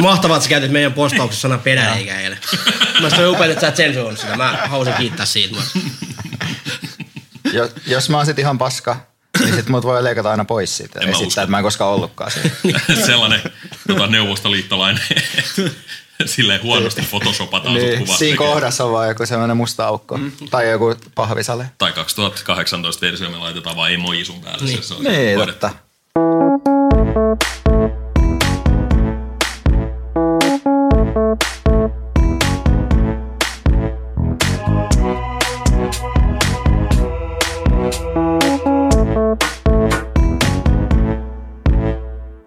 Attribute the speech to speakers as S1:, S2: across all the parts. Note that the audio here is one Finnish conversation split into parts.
S1: Mahtavaa, että sä käytit meidän postauksessa sana pedä eikä eilen. Mä se on upeaa, että sä et sensuoinut sitä. Mä halusin kiittää siitä. Mutta...
S2: Jos, jos mä oon sit ihan paska, niin sit mut voi leikata aina pois siitä.
S3: En mä usko.
S2: Esittää, että mä en koskaan ollutkaan siinä.
S3: Niin. Sellainen tota, neuvostoliittolainen, silleen huonosti photoshopataan sut
S2: Niin,
S3: kuvat
S2: siinä
S3: tekee.
S2: kohdassa on vaan joku sellainen musta aukko. Mm. Tai joku pahvisale.
S3: Tai 2018 versio me laitetaan vaan emoji sun päälle. Niin, se on
S2: Niin,
S3: hoidettu.
S2: totta.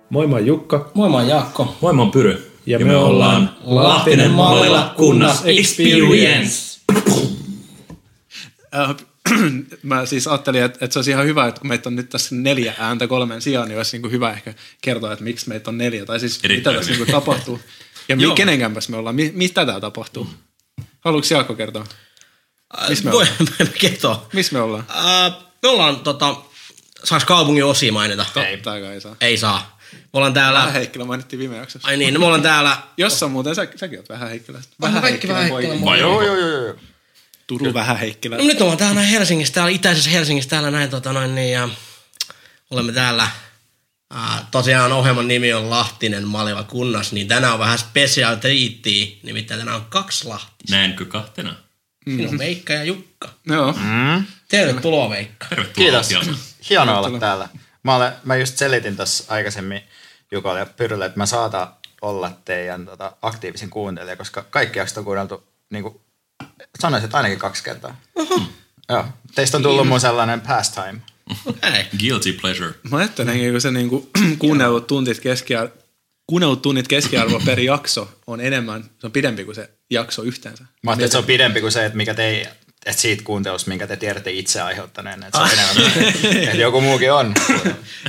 S4: Moi, mä oon Jukka.
S1: Moi, mä oon Jaakko.
S3: Moi, mä oon Pyry.
S4: Ja me ollaan
S1: Lahtinen Mallila kunnas experience.
S5: Äh, mä siis ajattelin, että, että se olisi ihan hyvä, että kun meitä on nyt tässä neljä ääntä kolmen sijaan, niin olisi niin kuin hyvä ehkä kertoa, että miksi meitä on neljä, tai siis
S3: Erittäin
S5: mitä tässä niin
S3: hyvä.
S5: kuin tapahtuu. Ja mi,
S1: Joo.
S5: kenenkään kanssa me ollaan, mi, mistä tämä tapahtuu? Haluatko Jaakko kertoa? Missä me
S1: Äh, Voi, me kertoo.
S5: Missä me ollaan?
S1: Äh, me ollaan tota, saaks kaupungin osia mainita?
S5: Tää kai ei saa.
S1: Ei saa. Me ollaan täällä,
S5: Vähän Heikkilä mainittiin viime jaksossa.
S1: ai niin, no me ollaan täällä,
S5: Jos on muuten, sä, säkin oot vähän Heikkilä.
S1: Onhan kaikki
S5: Heikkilän
S1: vähän Heikkilän
S5: poikia.
S3: Vai
S2: Joo,
S3: onko?
S2: joo, joo, joo.
S5: Turun vähän Heikkilä.
S1: no nyt ollaan täällä näin Helsingissä, täällä itäisessä Helsingissä, täällä näin tota noin niin, ja olemme täällä. Äh, tosiaan ohjelman nimi on Lahtinen Maliva kunnas, niin tänään on vähän special treattiä, nimittäin tänään on kaksi Lahti.
S3: Näenkö kahtena?
S1: Siinä on Veikka ja Jukka.
S5: Joo.
S1: Tervetuloa Veikka.
S3: Tervetuloa.
S2: Kiitos.
S3: Tiana.
S2: Hienoa olla täällä. Mä, olen, mä just selitin tuossa aikaisemmin Jukalle ja Pyrylle, että mä saatan olla teidän tota, aktiivisin kuuntelija, koska kaikki jaksot on kuunneltu, niin kuin, sanoisin, että ainakin kaksi kertaa.
S3: Mm-hmm.
S2: Joo. Teistä on tullut mun sellainen pastime.
S1: Okei.
S3: Guilty pleasure.
S5: Mä ajattelen, kun se niinku kuunnellut tunnit keskiarvo, kuunnellut tunnit keskiarvo per jakso on enemmän, se on pidempi kuin se jakso yhteensä.
S2: Mä ajattelin, että se on pidempi kuin se, että mikä te, että siitä kuuntelusta, minkä te tiedätte itse aiheuttaneen, että se on
S3: Ah.
S2: enemmän. että joku muukin on.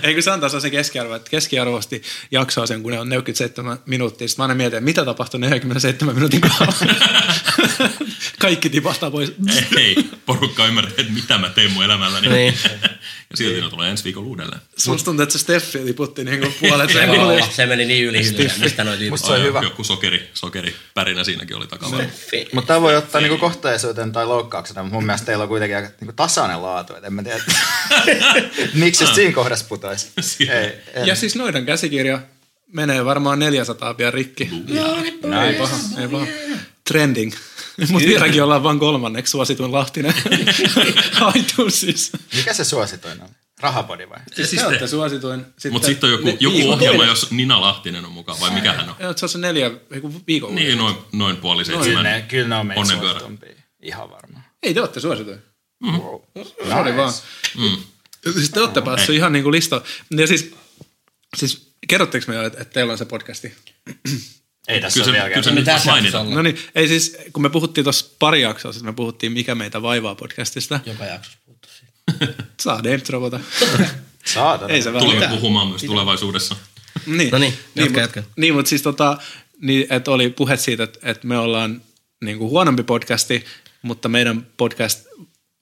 S5: Eikö se antaa sen keskiarvo, että keskiarvosti jaksoa sen, kun ne on 47 minuuttia. Sitten mä aina mietin, että mitä tapahtui 47 minuutin kohdalla. Kaikki tipahtaa pois.
S3: Ei, porukka ymmärtää, että mitä mä tein mun elämälläni.
S1: Niin.
S3: ja silti ne tulee ensi viikolla uudelleen.
S5: Musta tuntuu, että se Steffi tiputti niin kuin puolet sen.
S1: Joo, se meni niin yli hyllyä, mistä noi tyypit.
S2: Musta se on
S3: Ai,
S2: hyvä.
S3: Joku sokeri, sokeri pärinä siinäkin oli takana.
S1: Fi-
S2: Mutta tämä voi ottaa niinku kohtaisuuteen tai loukkauksena, mutta mun mielestä teillä on kuitenkin aika niinku tasainen laatu, että en mä tiedä, että miksi just siinä kohdassa putoisi.
S3: Ah. Siinä.
S2: Ei, en.
S5: Ja siis noidan käsikirja menee varmaan 400 pian rikki. No, ei paha, ei paha. Trending. Mutta vieläkin ollaan vain kolmanneksi suosituin Lahtinen. siis. iTunesissa.
S2: Mikä se suosituin on? Rahapodi vai?
S5: Siis te olette suosituin.
S3: Mutta sitten on joku,
S5: ne-
S3: joku
S5: viikon-
S3: ohjelma, jos Nina Lahtinen on mukaan, vai mikä hän on?
S5: Joo, se on se neljä, ei kun viikon. Niin.
S3: Niin, noin, noin puoli
S2: Kyllä
S3: seitsemän.
S2: ne, kyllä ne on meidän
S3: Onnenpyörä.
S2: suositumpia. Ihan varmaan.
S5: Ei, te olette suosituin.
S3: Mm-hmm.
S2: Wow.
S5: Sori vaan. Siis te olette päässyt ihan niinku lista. Ja siis, siis kerrotteko me jo, että et teillä on se podcasti?
S2: Ei tässä
S3: Kyllä se,
S2: ole vielä
S3: kyllä se
S2: käyty.
S3: nyt
S1: tässä
S3: mainita.
S1: jaksossa
S5: No niin, ei siis, kun me puhuttiin tuossa pari jaksoa sitten, me puhuttiin Mikä meitä vaivaa podcastista.
S1: Joka jaksossa puhuttu siitä.
S5: Saa name dropata.
S2: Saatana.
S5: ei se
S3: Tulemme
S5: välitä.
S3: puhumaan myös tulevaisuudessa.
S5: Niin.
S1: No niin, jatka,
S5: mut-
S1: jatka.
S5: Niin, mutta siis tota, niin, että oli puhe siitä, että, että me ollaan niin kuin huonompi podcasti, mutta meidän podcast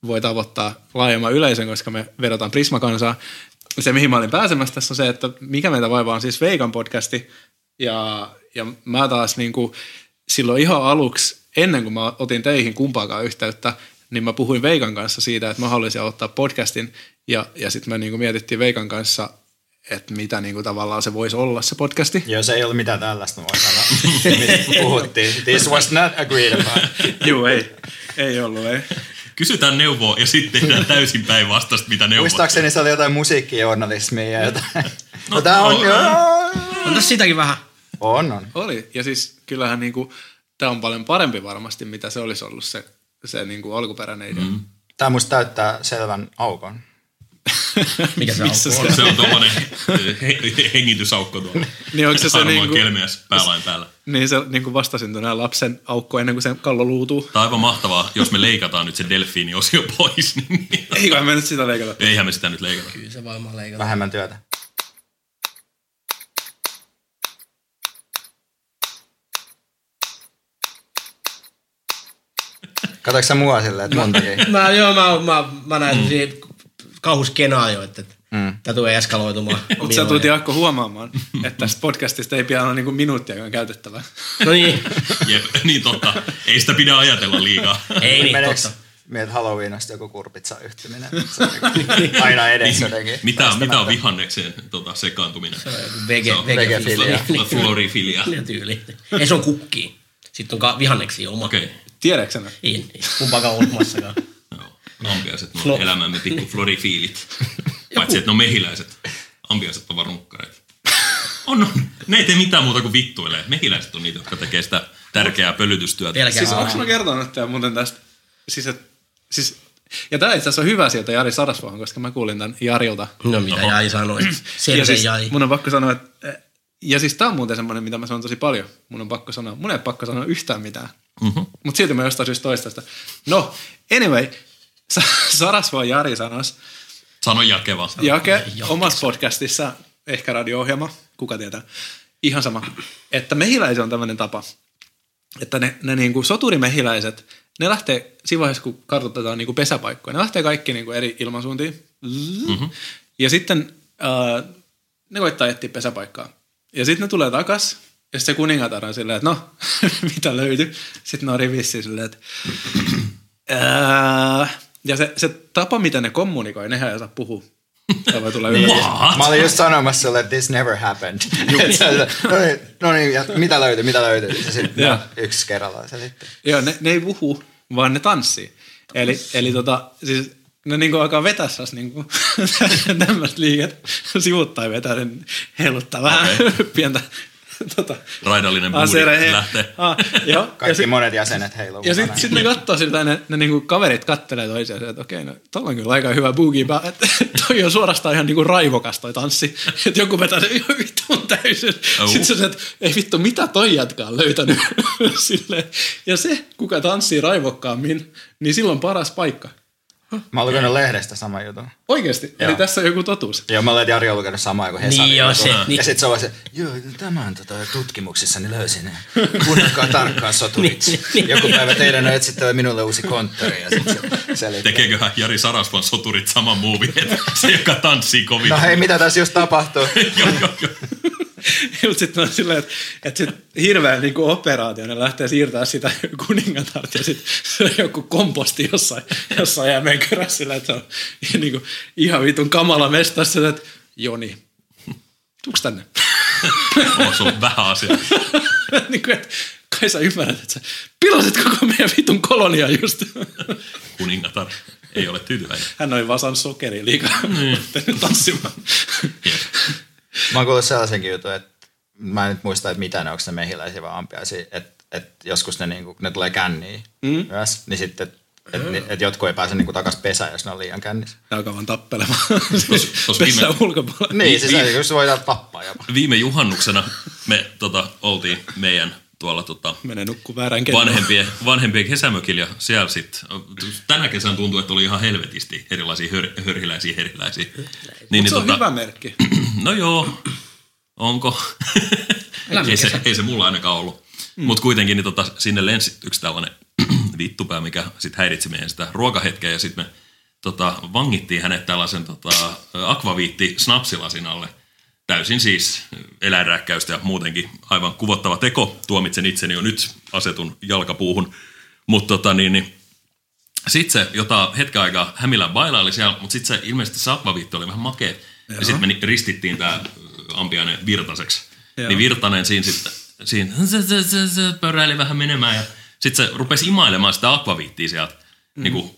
S5: voi tavoittaa laajemman yleisön, koska me vedotaan Prismakansaa. Se, mihin mä olin pääsemässä tässä on se, että mikä meitä vaivaa on siis Veikan podcasti. Ja, ja mä taas niin kuin silloin ihan aluksi, ennen kuin mä otin teihin kumpaakaan yhteyttä, niin mä puhuin Veikan kanssa siitä, että mä haluaisin ottaa podcastin. Ja, ja sitten me niin kuin mietittiin Veikan kanssa, että mitä niin kuin tavallaan se voisi olla se podcasti.
S2: Joo, se ei ollut mitään tällaista, mä voin sanoa, mistä puhuttiin. This was not agreed upon.
S5: Joo, ei. Ei ollut, ei.
S3: Kysytään neuvoa ja sitten tehdään täysin päinvastaista, mitä neuvotaan.
S2: Muistaakseni se oli jotain musiikkijournalismia ja jotain. No, tää on,
S3: no,
S2: joo.
S1: On tässä sitäkin vähän.
S2: on, on.
S5: Oli. Ja siis kyllähän niinku, tämä on paljon parempi varmasti, mitä se olisi ollut se, se niinku alkuperäinen idea. Mm.
S2: Tämä musta täyttää selvän aukon.
S1: Mikä se on?
S5: se,
S3: Se on tuommoinen he- hengitysaukko tuolla.
S5: Niin onko se se
S3: Harmaa
S5: niinku-
S3: kelmeäs päälain päällä.
S5: niin se niinku vastasyntyneen lapsen aukko ennen kuin se kallo luutuu.
S3: Tämä on aivan mahtavaa, jos me leikataan nyt se delfiini-osio pois. Niin
S5: Eiköhän me nyt sitä leikata.
S3: eihän me sitä nyt leikata.
S1: Kyllä se varmaan leikataan.
S2: Vähemmän työtä. Katsoitko sä mua silleen, että mun takia?
S1: Mä, joo, mä, mä, mä näin mm. kauhuskenaario, että mm. Mm. Tämä tulee eskaloitumaan.
S5: Mutta sä
S1: Milloin?
S5: tulit Jaakko huomaamaan, että tässä podcastista ei pian ole niinku minuuttiakaan käytettävää.
S1: No niin,
S3: Jep, niin totta. Ei sitä pidä ajatella liikaa.
S1: ei niin
S2: Meneekö
S1: totta.
S2: Meiltä Halloweenista joku kurpitsa yhtyminen. Se on jotenkin Aina edes jotenkin.
S3: Mitä, mitä on vihannekseen tota, sekaantuminen?
S1: Vege,
S3: Se on
S1: vegefilia.
S2: vegefilia.
S3: Fl- Florifilia.
S1: Mitä tyyli? Ei se on kukki. Sitten on ka- vihanneksi oma.
S3: Okei.
S5: Tiedätkö sä?
S1: Ei, ei kumpakaan olemassakaan.
S3: Joo. Ampiaiset, ne
S1: Flo-
S3: on elämämme pikku florifiilit. Paitsi, että ne on mehiläiset. Ampiaiset on vaan runkkareita. On, on. Ne ei tee mitään muuta kuin vittuilee. Mehiläiset on niitä, jotka tekee sitä tärkeää pölytystyötä.
S1: Vieläkään.
S5: Siis onko mä kertonut teille muuten tästä? Siis, et, siis, ja tämä itse asiassa on hyvä sieltä Jari Sarasvahan, koska mä kuulin tämän Jarilta.
S1: No mitä
S3: Oho.
S1: Jai sanoi. Selve
S5: ja siis,
S1: Jai.
S5: Mun on pakko sanoa, että... Ja siis tää on muuten semmoinen, mitä mä sanon tosi paljon. Mun on pakko sanoa. Mun ei ole pakko sanoa yhtään mitään.
S3: Mhm.
S5: Mm-hmm. Mutta silti mä jostain syystä toistan sitä. No, anyway. Sa- Sarasvaa Jari sanos.
S3: Sano jakeva.
S5: Jake omassa podcastissa, ehkä radio-ohjelma, kuka tietää. Ihan sama. Että mehiläisen on tämmöinen tapa, että ne, ne niin kuin soturimehiläiset, ne lähtee siinä vaiheessa, kun kartoitetaan niin kuin pesäpaikkoja, ne lähtee kaikki niin kuin eri ilmansuuntiin. Mm-hmm. Ja sitten äh, ne koittaa etsiä pesäpaikkaa. Ja sitten ne tulee takas, ja sitten se kuningatar on silleen, että no, mitä löytyy. Sitten ne on rivissä silleen, että äh, ja se, se tapa, miten ne kommunikoi, nehän ei osaa puhua. Tämä voi tulla yllätys.
S3: What?
S2: Mä olin just sanomassa sulle, että this never happened. Se oli, no niin, no niin, ja mitä löytyy, mitä löytyy. Ja sitten
S5: Joo.
S2: no, yksi kerrallaan se sitten.
S5: Joo, ne, ne ei puhu, vaan ne tanssii. Eli, eli tota, siis ne niinku alkaa vetää sas niinku tämmöistä liiket sivuuttaa vetää, ne heiluttaa vähän okay. pientä tota,
S3: Raidallinen
S5: aseiden
S3: buuri
S5: he-
S3: lähtee.
S5: Ah, joo. Ja
S2: Kaikki
S5: sit-
S2: monet jäsenet heiluu.
S5: ja
S2: mukana.
S5: sitten sit ne katsoo siltä, ne, ne niinku kaverit kattelee toisiaan, että okei, no tuolla on kyllä aika hyvä boogie, ba- että toi on suorastaan ihan niinku raivokas toi tanssi, että joku vetää sen ihan vittuun täysin.
S3: Au.
S5: Sitten se, että ei vittu, mitä toi jätkä on löytänyt Silleen. Ja se, kuka tanssii raivokkaammin, niin silloin paras paikka.
S2: Mä oon lukenut lehdestä sama jutun.
S5: Oikeasti, eli
S2: Joo.
S5: tässä on joku totuus.
S2: Joo, mä olen Jari on lukenut samaa kuin Hesari.
S1: Niin joo, se-
S2: Ja
S1: niin.
S2: sit se on vaan se, joo, tämän tota, tutkimuksissa niin löysin. Kuunnelkaa tarkkaan soturit.
S1: Niin, niin.
S2: Joku päivä teidän on etsittävä minulle uusi konttori. Ja sit se selittää.
S3: Tekeeköhän Jari Sarasvan soturit sama muuvi, että se, joka tanssii kovin.
S2: No hei, mitä tässä just tapahtuu?
S3: joo, joo, joo.
S5: Mutta sitten on silleen, että, että sit hirveän niinku operaatio, ne lähtee siirtämään sitä kuningatarta ja sitten se on joku komposti jossain, jossain jäämeen kyrässä silleen, että se on niinku, ihan vitun kamala mesta silleen, että Joni, tuuks tänne?
S3: Oh, se on vähän asia.
S5: niinku, että kai sä ymmärrät, että sä pilasit koko meidän vitun kolonia just.
S3: Kuningatar ei ole tyytyväinen.
S5: Hän oli vaan saanut sokeria liikaa
S3: Niin.
S5: mm. tanssimaan.
S2: Mä oon kuullut sellaisenkin jutun, että mä en nyt muista, että mitä ne, onko ne mehiläisiä vai ampiaisia, että et joskus ne, niinku, ne tulee känniin mm. myös, niin sitten että ni, et jotkut ei pääse niinku takas pesään, jos ne on liian kännissä.
S5: Ne alkaa vaan tappelemaan.
S3: Tos- tos viime-
S5: Pesään ulkopuolella.
S2: Niin,
S3: Niin.
S2: siis niin. se voidaan tappaa jopa.
S3: Viime juhannuksena me tota, oltiin meidän tuolla tota,
S5: Menee nukkuu väärään kelloon.
S3: vanhempien, vanhempien kesämökillä ja siellä sitten, tänä kesän tuntuu, että oli ihan helvetisti erilaisia hör, hörhiläisiä heriläisiä. Niin,
S5: Mut se on hyvä merkki.
S3: No joo, onko? ei, se, ei se mulla ainakaan ollut. Mm. Mutta kuitenkin niin tota, sinne lensi yksi tällainen vittupää, mikä sitten häiritsi meidän sitä ruokahetkeä ja sitten me tota, vangittiin hänet tällaisen tota, akvaviitti snapsilasin alle. Täysin siis eläinrääkkäystä ja muutenkin aivan kuvottava teko. Tuomitsen itseni jo nyt asetun jalkapuuhun. Mutta tota, niin, niin, sitten se, jota hetken aikaa Hämilän bailaili siellä, mutta sitten se ilmeisesti se akvaviitti oli vähän makea. Ja sitten me ni- ristittiin tämä ampiainen Virtaseksi.
S5: Joo.
S3: Niin Virtanen siinä sitten siinä se, se, se, se pöräili vähän menemään ja sitten se rupesi imailemaan sitä akvaviittia sieltä mm. niin kuin,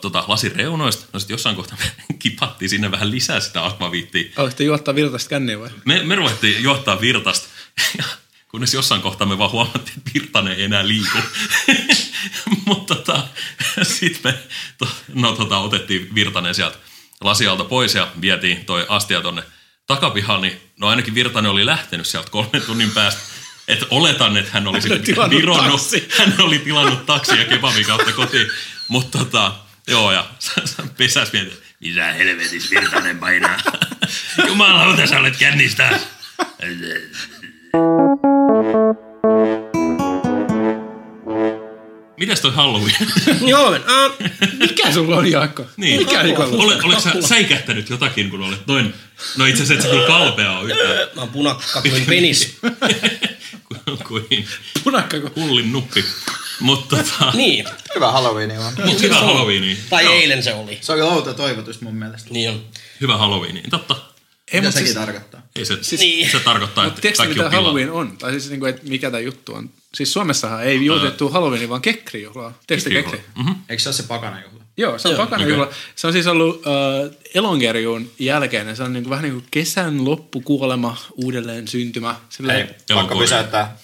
S3: tota, lasin reunoista. No sitten jossain kohtaa me kipattiin sinne vähän lisää sitä akvaviittia.
S5: Aloitte juottaa virtaista känniä vai?
S3: Me, me ruvettiin johtaa Virtasta, ja kunnes jossain kohtaa me vaan huomattiin, että Virtanen ei enää liiku. Mutta tota, sitten me to, no, tota, otettiin Virtanen sieltä lasialta pois ja vietiin toi astia tonne takapihaan, niin no ainakin Virtanen oli lähtenyt sieltä kolmen tunnin päästä. Et oletan, että hän oli sitten
S5: tilannut
S3: vironnut,
S5: taksin.
S3: hän oli tilannut taksia kebabin kautta kotiin. Mutta tota, joo, ja pesäs mietin, mitä helvetis Virtanen painaa. Jumalauta, sä olet kännistä. Miten Mitäs toi Halloween?
S1: Joo, äh,
S5: Mikä sulla on, Jaakko?
S3: Niin.
S5: Mikä
S3: Ole,
S5: Nikola?
S3: oletko sä säikähtänyt jotakin, kun olet noin? No itse asiassa et sä kyllä kalpea ole yhtään
S1: mä oon punakka kuin penis.
S3: kuin- kuin
S5: Punakka, kun
S3: hullin nuppi. Mutta tota,
S1: Niin,
S2: Hyvä Halloween on.
S3: mut hyvä Halloweeni.
S1: tai eilen se oli.
S6: Se on kyllä outo toivotus mun mielestä.
S1: Niin on.
S3: Hyvä Halloweeni. Totta.
S5: Ei,
S6: Mitä
S5: mutta
S6: sekin
S5: siis,
S6: tarkoittaa?
S3: Ei se,
S5: Siis-
S3: se tarkoittaa,
S5: mutta
S3: että
S5: tiedätkö
S3: kaikki
S5: mitä
S3: on pilalla.
S5: Halloween on? Tai siis, niin kuin, että mikä tämä juttu on? Siis Suomessahan ei juutettu Halloween, vaan kekrijuhlaa. Tiedätkö te
S3: Kekrijuhlaa.
S5: kekri?
S6: Eikö se ole se pakana juhla?
S5: Joo, se on
S1: Joo,
S5: pakana
S3: okei.
S5: juhla. Se on siis ollut äh, elonkerjuun jälkeinen. Se on niin kuin, vähän niin kuin kesän loppukuolema, uudelleen syntymä. Silleen,
S2: Ei, pakko
S3: Elonkorjuu.
S2: pysäyttää.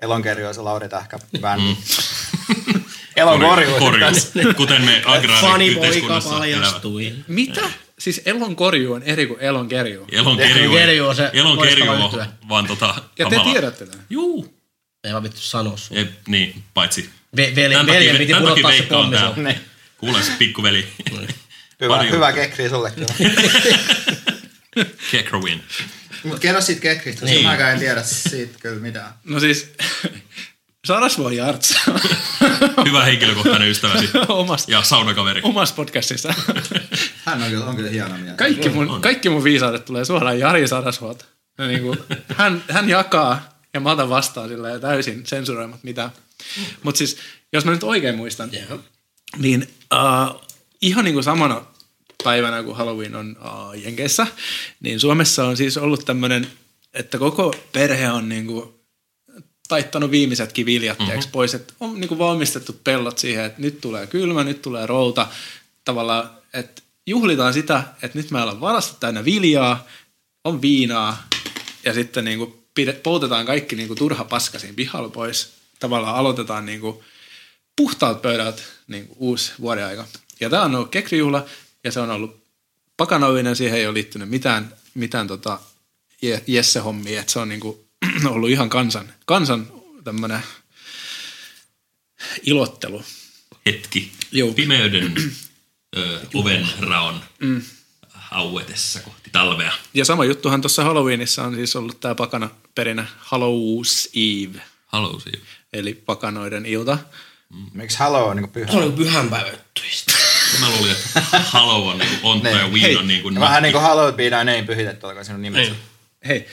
S2: Elonkerjuu se Lauri Tähkä. Vähän. Mm.
S3: Korjuu.
S2: Elonkorjuu.
S3: Korjuu. Siis Kuten me
S1: Fani poika
S3: agraariyhteiskunnassa elävät.
S1: paljastui.
S5: Mitä? Siis elonkorjuu on eri kuin elonkerjuu.
S3: Elon
S1: Elonkerjuu
S3: kerjuu
S1: on
S3: on
S1: se
S3: se Elon kerjuu
S1: loistava
S3: on
S1: yhtye.
S3: vaan tota
S5: Ja te
S3: kamala.
S5: tiedätte tämän.
S3: Juu.
S1: Ei vaan vittu sano sun.
S3: Ei, niin, paitsi.
S1: Ve- veli-
S3: Tän
S1: veljen
S3: takia-
S1: piti
S3: tän takia
S1: pudottaa se
S3: Veikka on
S1: pommi
S3: täällä.
S1: sun.
S2: Niin.
S3: Kuules, pikkuveli.
S2: Hyvä,
S3: Pari
S2: hyvä kekri sulle kyllä.
S3: Kekrowin.
S6: Mut kerro siitä kekristä, niin. mäkään en tiedä siitä kyllä mitään.
S5: No siis, Sarasvuo Jartsa
S3: Hyvä henkilökohtainen ystäväsi.
S5: omasta,
S3: Ja saunakaveri.
S5: omasta podcastissa.
S6: Hän on kyllä, on kyllä hieno mies.
S5: Kaikki mun, kaikki mun viisaudet tulee suoraan Jari Sarasvuolta. No niin kuin, hän, hän jakaa ja mä otan vastaan silleen täysin sensuroimat mitä. Mutta siis, jos mä nyt oikein muistan,
S1: Joo.
S5: niin äh, ihan niin kuin samana päivänä, kun Halloween on äh, Jenkeissä, niin Suomessa on siis ollut tämmöinen, että koko perhe on niin kuin taittanut viimeisetkin viljatteeksi mm-hmm. pois. Että on niin kuin valmistettu pellot siihen, että nyt tulee kylmä, nyt tulee routa. Tavallaan, että juhlitaan sitä, että nyt meillä on varastot täynnä viljaa, on viinaa ja sitten niin kuin pide- poltetaan kaikki niin kuin turha paska siinä pihalla pois. Tavallaan aloitetaan niin kuin puhtaat pöydät niin kuin uusi vuoden aika. Ja tämä on ollut kekrijuhla ja se on ollut pakanallinen, siihen ei ole liittynyt mitään, mitään tota Je- Jesse-hommia, että se on niin kuin ollut ihan kansan, kansan tämmöinen ilottelu.
S3: Hetki.
S5: Juu.
S3: Pimeyden ö, oven raon auetessa kohti talvea.
S5: Ja sama juttuhan tuossa Halloweenissa on siis ollut tämä pakana perinä Hallows Eve,
S3: Halusin.
S5: eli pakanoiden ilta.
S2: Miksi Halo on niin pyhä?
S1: Se oli kuin pyhänpäivä juttu.
S3: Mä luulin, että hallow on niinku on tai ween on niinku
S2: Ja vähän niin kuin Halo be thy name pyhitetty, olkoon sinun
S3: Niin.
S2: nimensä.
S5: Hei,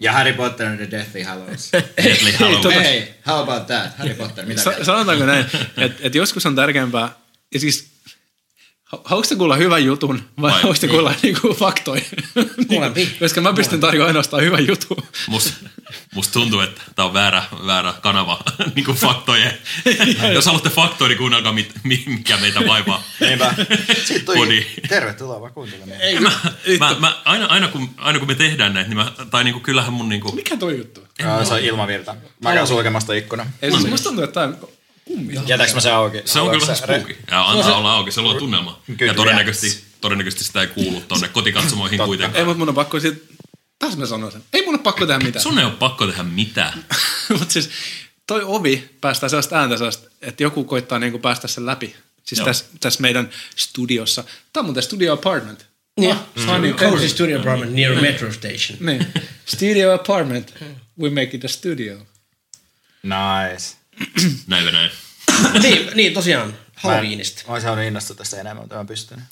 S6: Ja Harry Potter and the Deathly Hallows.
S3: deadly hallow.
S5: tota-
S6: Hei, how about that? Harry Potter, mitä
S5: sa- sanotaanko näin, että et joskus on tärkeämpää, ja siis ha- haluatko sä kuulla hyvän jutun vai, Niin.
S3: Vai-
S5: vai haluatko sä kuulla niinku faktoja?
S1: Molempi.
S5: Koska mä pystyn tarjoamaan ainoastaan hyvän jutun.
S3: Musta must tuntuu, että tää on väärä, väärä kanava niin kuin faktojen. Jos haluatte faktoja, niin kuunnelkaa, mit, mi- mikä meitä vaivaa.
S2: Niinpä. Sitten tuli.
S3: Podi.
S2: Tervetuloa vaan kuuntelemaan.
S3: Mä, mä, mä, aina, aina, kun, aina kun me tehdään näitä, niin mä, tai niin kuin, kyllähän mun niin kuin,
S5: Mikä toi juttu?
S2: Joo, se on ilmavirta. Mä käyn sulkemasta ikkuna.
S5: Ei, siis musta tuntuu, että tämä on kummia.
S2: Jätäks mä sen auki?
S3: se on kyllä vähän spooky. Ja antaa olla auki, se luo tunnelma.
S2: Kyllä.
S3: Ja todennäköisesti, todennäköisesti sitä ei kuulu tonne kotikatsomoihin
S2: Totta.
S3: kuitenkaan.
S5: Ei, mutta mun on pakko siitä, taas mä sanoin sen. Ei mun on pakko tehdä mitään.
S3: Sun ei ole pakko tehdä mitään.
S5: mutta siis toi ovi päästää sellaista ääntä, sellaista, että joku koittaa niinku päästä sen läpi. Siis
S3: Joo.
S5: tässä täs meidän studiossa. Tämä on muuten studio apartment.
S1: Niin.
S5: Funny
S3: niinku
S1: Cozy Studio Apartment
S3: Mm.
S1: near Metro Station.
S5: Niin. Studio apartment. We make it a studio.
S2: Nice.
S3: Näin näin. Mm.
S1: niin, niin, tosiaan.
S2: Mä en-
S1: Halloweenista.
S2: Mä olisin halunnut innostua tästä enemmän, mutta mä en pystynyt.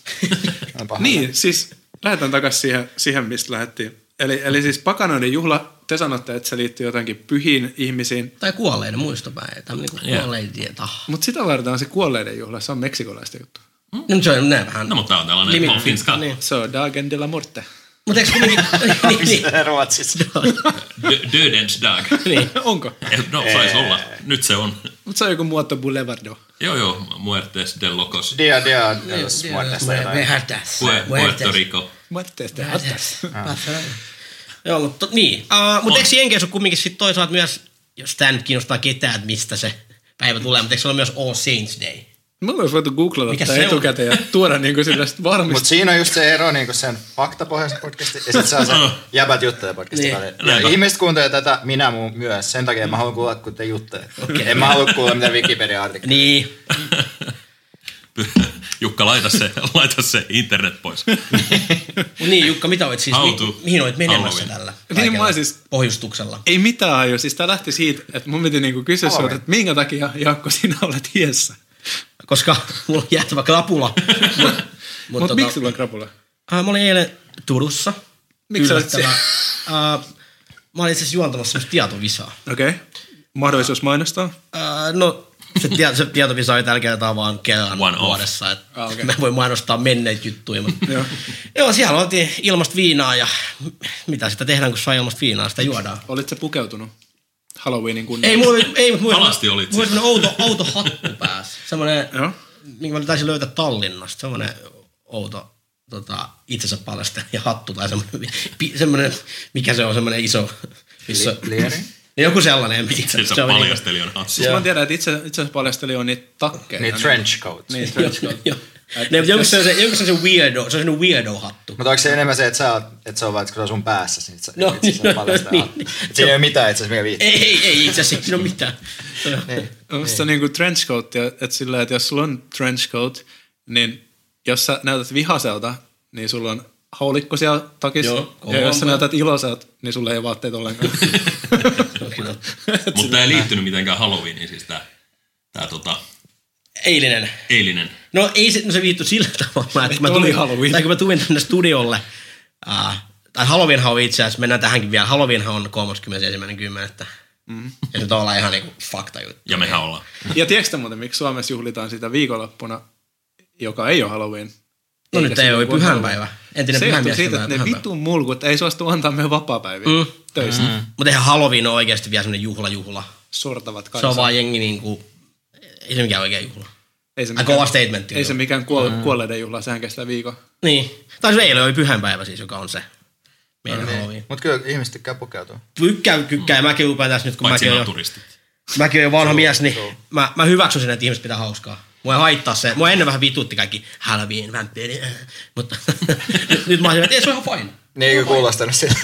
S2: Mä oon pahoillani.
S5: Niin, siis lähdetään takaisin siihen, siihen mistä lähdettiin. Eli, eli siis pakanoiden juhla, te sanotte, että se liittyy jotenkin pyhiin ihmisiin,
S1: Tai kuolleiden muistopäivä. Tai niinku
S3: Joo.
S1: kuolleita.
S5: mutta sitä varten on se kuolleiden juhla, se on meksikolaista juttu.
S1: No, mutta se on näin vähän.
S3: No, mutta tää on tällainen
S1: Limit-
S3: polfinska.
S1: Niin.
S5: Se on Dagen de la Morte.
S1: Mutta eikö kuitenkin... niin, niin,
S2: Ruotsissa.
S3: siis- Dödens dag.
S1: niin.
S5: Onko?
S3: No, saisi olla.
S1: Eh.
S3: Nyt se on.
S5: Mutta se on joku muoto Boulevardo.
S3: Joo, joo. Muertes del locos.
S2: Dia, dia,
S1: Niin,
S2: jos
S3: siis-
S2: muodesta
S1: Me
S2: jotain.
S1: hätäs.
S3: Pue- Puerto
S1: Muertes.
S3: Rico.
S5: Morte de
S1: Hätäs. Joo, mutta niin. Uh, mutta eikö Jenkeissä ole kumminkin sit toisaalta myös, jos tämä nyt kiinnostaa ketään, että mistä se päivä tulee, mutta eikö se ole myös All Saints Day?
S5: Me olisi voitu googlata
S1: Mikä
S5: tätä
S1: se on?
S5: etukäteen ja tuoda niin sille sit
S2: Mutta
S5: varmista.
S2: siinä on just se ero niin sen faktapohjaisen podcastin ja sitten se on se jäbät juttelee podcastin
S1: Niin.
S2: välillä.
S3: Näinpä.
S2: Ja ihmiset kuuntelee tätä, minä muu myös. Sen takia mä haluan kuulla, kun te
S3: Niin.
S2: juttelee. En mä halua kuulla mitään Wikipedia-artikkeleja.
S1: Niin.
S3: Jukka Jukka, laita se, laita se internet pois.
S1: Mut niin Jukka, mitä olet siis,
S3: How to
S1: mi- mihin olet menemässä
S3: Halloween.
S1: tällä
S5: Niin,
S1: kaikella
S5: mä oon siis-
S1: pohjustuksella?
S5: Ei mitään ajo. Siis tää lähti siitä, että mun piti niinku kysyä
S2: Aloin.
S5: sinulta, että minkä takia Jaakko sinä olet hiessä.
S1: Koska mulla on jäätävä krapula. Mutta
S5: Mutta
S1: tota-
S5: Mut tota- miksi sulla on krapula?
S1: Äh, mä olin eilen Turussa.
S5: Miksi sä olit
S1: Yllättävää. Äh, mä olin itse asiassa juontamassa semmoista tietovisaa.
S5: Okei. Okay. Mahdollisuus mainostaa?
S1: Äh, no, se, tie, se tietovisa oli tällä kertaa vaan kerran
S3: One off.
S1: vuodessa. Et
S5: Ah, okei.
S1: Mä voin mainostaa menneet juttuja. Mutta...
S5: Joo.
S1: Joo, siellä oltiin ilmasta viinaa ja mitä sitä tehdään, kun saa ilmasta viinaa, sitä juodaan.
S5: Olit sä pukeutunut Halloweenin kunniaksi?
S1: Ei, mulla oli, ei, mutta mulla
S3: Alasti olit
S1: Mulla oli
S3: siinä.
S1: semmoinen outo, outo hattu päässä. Semmoinen,
S5: Joo.
S1: minkä mä taisin löytää Tallinnasta. Semmoinen outo tota, itsensä palasta ja hattu tai semmoinen, pi- semmoinen, mikä se on, semmoinen iso. Missä,
S2: Lieri?
S1: No joku sellainen. en mä tiedä.
S3: Sen sä
S1: Se on
S3: paljastelijan hatsi.
S5: Siis mä tiedän, että itse, itse asiassa paljasteli on niitä takkeja.
S2: Niin trench coat. Niin.
S5: Niin,
S1: Joo,
S5: trench
S1: joo. joo. Ne, mutta joku se, joku se, se weirdo, se on se weirdo hattu.
S2: Mutta onko se enemmän se, että, sä oot, että se on vaan, että kun se on sun päässä, niin sä,
S1: No,
S2: no, itse
S1: no,
S2: no, paljastaa.
S1: niin.
S2: Niin, Siinä ei ole mitään itse asiassa, mikä viittaa.
S1: Ei, ei, ei itse asiassa, ei siinä ole mitään. Niin.
S5: Musta niinku trenchcoat, että sillä, että jos sulla on trenchcoat, niin jos sä näytät vihaselta, niin sulla on haulikko siellä takissa.
S1: Joo,
S5: ja
S1: kovan
S5: jos sä
S1: päällä.
S5: näytät iloiselta, niin sulla ei ole vaatteet ollenkaan.
S1: niin
S3: Mutta tämä ei liittynyt mitenkään Halloweeniin, siis tämä tää, tota,
S1: Eilinen.
S3: eilinen.
S1: No ei se, no se viittu sillä tavalla, että kun mä
S5: oli
S1: tulin,
S5: Halloween.
S1: tai kun mä tulin tänne studiolle, uh, tai Halloweenhan on itse asiassa, mennään tähänkin vielä, Halloweenhan on 31.10. Mm. Ja se on ihan niinku fakta juttu.
S3: Ja mehän ollaan.
S5: ja tiedätkö muuten, miksi Suomessa juhlitaan sitä viikonloppuna, joka ei ole Halloween?
S1: No nyt ei
S5: se
S1: ole
S5: voi
S1: pyhänpäivä.
S5: Halloween.
S1: Entinen
S5: Se johtuu
S1: pyhämies.
S5: siitä, että ne vitun mulkut ei suostu antaa meidän vapaapäiviä
S1: Mm.
S5: töistä.
S1: Mutta eihän Halloween ole oikeasti vielä semmoinen juhla juhla.
S5: Sortavat
S1: Se on
S5: kansaa.
S1: vaan jengi niinku, ei se mikään oikea juhla.
S5: Ei se
S1: Ai kova Mm. statementti.
S5: Ei se mikään kuole, kuolleiden juhla, sehän kestää viikon.
S1: Niin. Tai se eilen oli pyhänpäivä siis, joka on se meidän
S5: niin.
S1: no, Halloween.
S2: Mutta kyllä ihmiset tykkää pukeutua.
S1: Tykkään, tykkään. Mm. Mäkin upea tässä nyt, kun
S3: Paitsi
S1: mäkin
S3: nämä
S1: olen, jo,
S3: turistit.
S1: mäkin olen jo vanha mies, niin mä, mä hyväksyn sen, että ihmiset pitää hauskaa. Mua ei haittaa se. Mua ennen vähän vitutti kaikki Halloween, vampyyri, äh, mutta nyt, nyt mä oon sillä, että ei, se on ihan fine.
S2: Niin eikö kuulostanut siltä?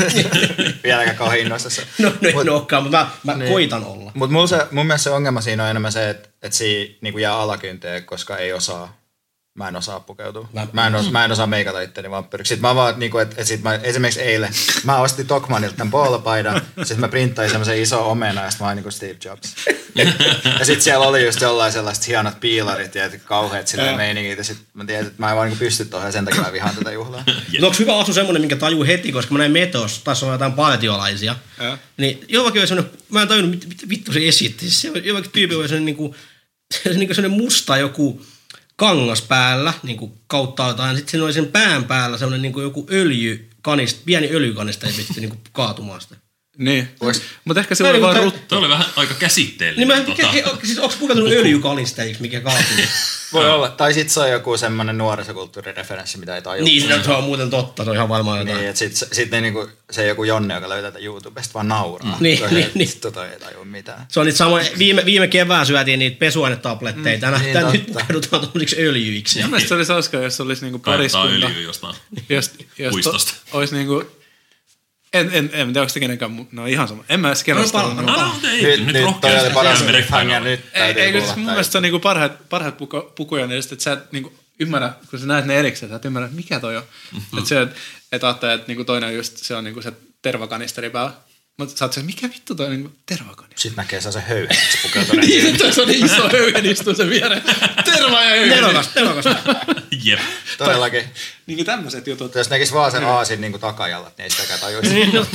S2: Vieläkään kauhean innoissa se.
S1: No, no
S2: Mut-
S1: en olekaan, mutta mä, mä niin. koitan olla.
S2: Mutta mun, se, mun mielestä se ongelma siinä on enemmän se, että et siinä niinku jää alakynteen, koska ei osaa. Mä en osaa pukeutua.
S1: Mä- Mm.
S2: Mä, mä, en, osaa, mä en osaa meikata itteni vampyyriksi. Sitten mä vaan, niinku, että et sit mä, esimerkiksi eilen, mä ostin Tokmanilta tämän poolopaidan, sitten mä printtasin semmoisen iso omena, ja sit mä oon niinku Steve Jobs. ja sitten siellä oli just jollain sellaiset hienot piilarit ja kauheat silleen meiningit, ja sitten mä tiedän, että mä en vaan niinku pysty tuohon, ja sen takia mä vihaan tätä juhlaa.
S1: Mutta onko hyvä asu semmoinen, minkä tajuu heti, koska mä näin metos, tässä on jotain partiolaisia.
S5: Joo.
S1: Niin jollakin oli semmoinen, mä en tajunnut, mitä mit, vittu se esitti. Siis se, oli- jollakin tyyppi oli semmoinen, niinku, se, niinku semmoinen musta joku kangas päällä, niinku kautta jotain. Sitten siinä oli sen pään päällä semmoinen niinku joku öljykanista, pieni öljykanista ei pysty niinku kaatumaan sitä.
S5: Niin. Mutta ehkä se
S1: Mä
S5: oli
S1: niinku
S5: vaan
S1: tar-
S5: ruttu.
S3: Tämä oli vähän aika
S1: Niin
S3: käsitteellinen. tota-
S1: mä en, mikä, he, o- siis onko pukeutunut öljykanisteiksi, mikä kaatuu?
S2: Voi olla. Tai sitten se on joku semmoinen nuorisokulttuurireferenssi, mitä ei tajua.
S1: niin, no, se on muuten totta, se on ihan varmaan jotain.
S2: Niin, että sit, se- sit ne niinku, se joku Jonne, joka löytää tätä YouTubesta, vaan nauraa.
S1: Niin,
S2: Toi-
S1: niin, niin.
S2: Tota ei tajua mitään.
S1: Se on niitä samoja, viime, viime kevään syötiin niitä pesuainetabletteja, mm, tänä,
S2: niin,
S1: tänä nyt
S2: totta.
S1: pukeudutaan tuollaisiksi öljyiksi.
S5: Mun mielestä se olisi hauska, jos olisi niinku
S3: Kaittaa
S5: pariskunta.
S3: öljyä jostain.
S1: Niin
S5: Jos, jos
S3: Puistosta.
S5: olisi niinku... En, en, en tiedä, onko se kenenkään... mu- No ihan sama. En mä edes kerro
S1: No,
S5: sitä.
S1: pala-
S5: No,
S1: no,
S3: No, no, mutta ei,
S2: Nyt, nyt, nyt Niin, toi oli
S3: rohkeasti
S2: paras
S3: jäämme
S2: cliffhanger,
S3: refrainilla.
S2: nyt
S5: ei,
S2: täytyy
S5: ei, kun
S2: kuulla
S5: siis mun
S2: tää
S5: mielestä se on niinku parhaat, parhaat puku, pukuja niistä, että sä et niinku ymmärrä, kun sä näet ne erikseen, sä et ymmärrä, mikä toi on.
S3: Mhm.
S5: Mm-hmm. Että se, että et ajattelee, että niinku toinen on just, se on niinku se tervakanisteri päällä. Mutta sä oot se, mikä vittu toi niinku tervakanisteri?
S2: juttu. Sitten näkee se höyhennys pukeutuneen.
S5: Niin, että se on iso höyhen istuu sen viereen. Terva ja höyhen.
S1: Terokas, terokas.
S2: niin-
S3: Jep.
S2: Todellakin.
S5: Niinku tämmöiset jutut.
S2: Jos näkis vaan sen aasin niin takajalat, niin ei sitäkään tajuisi.
S5: no.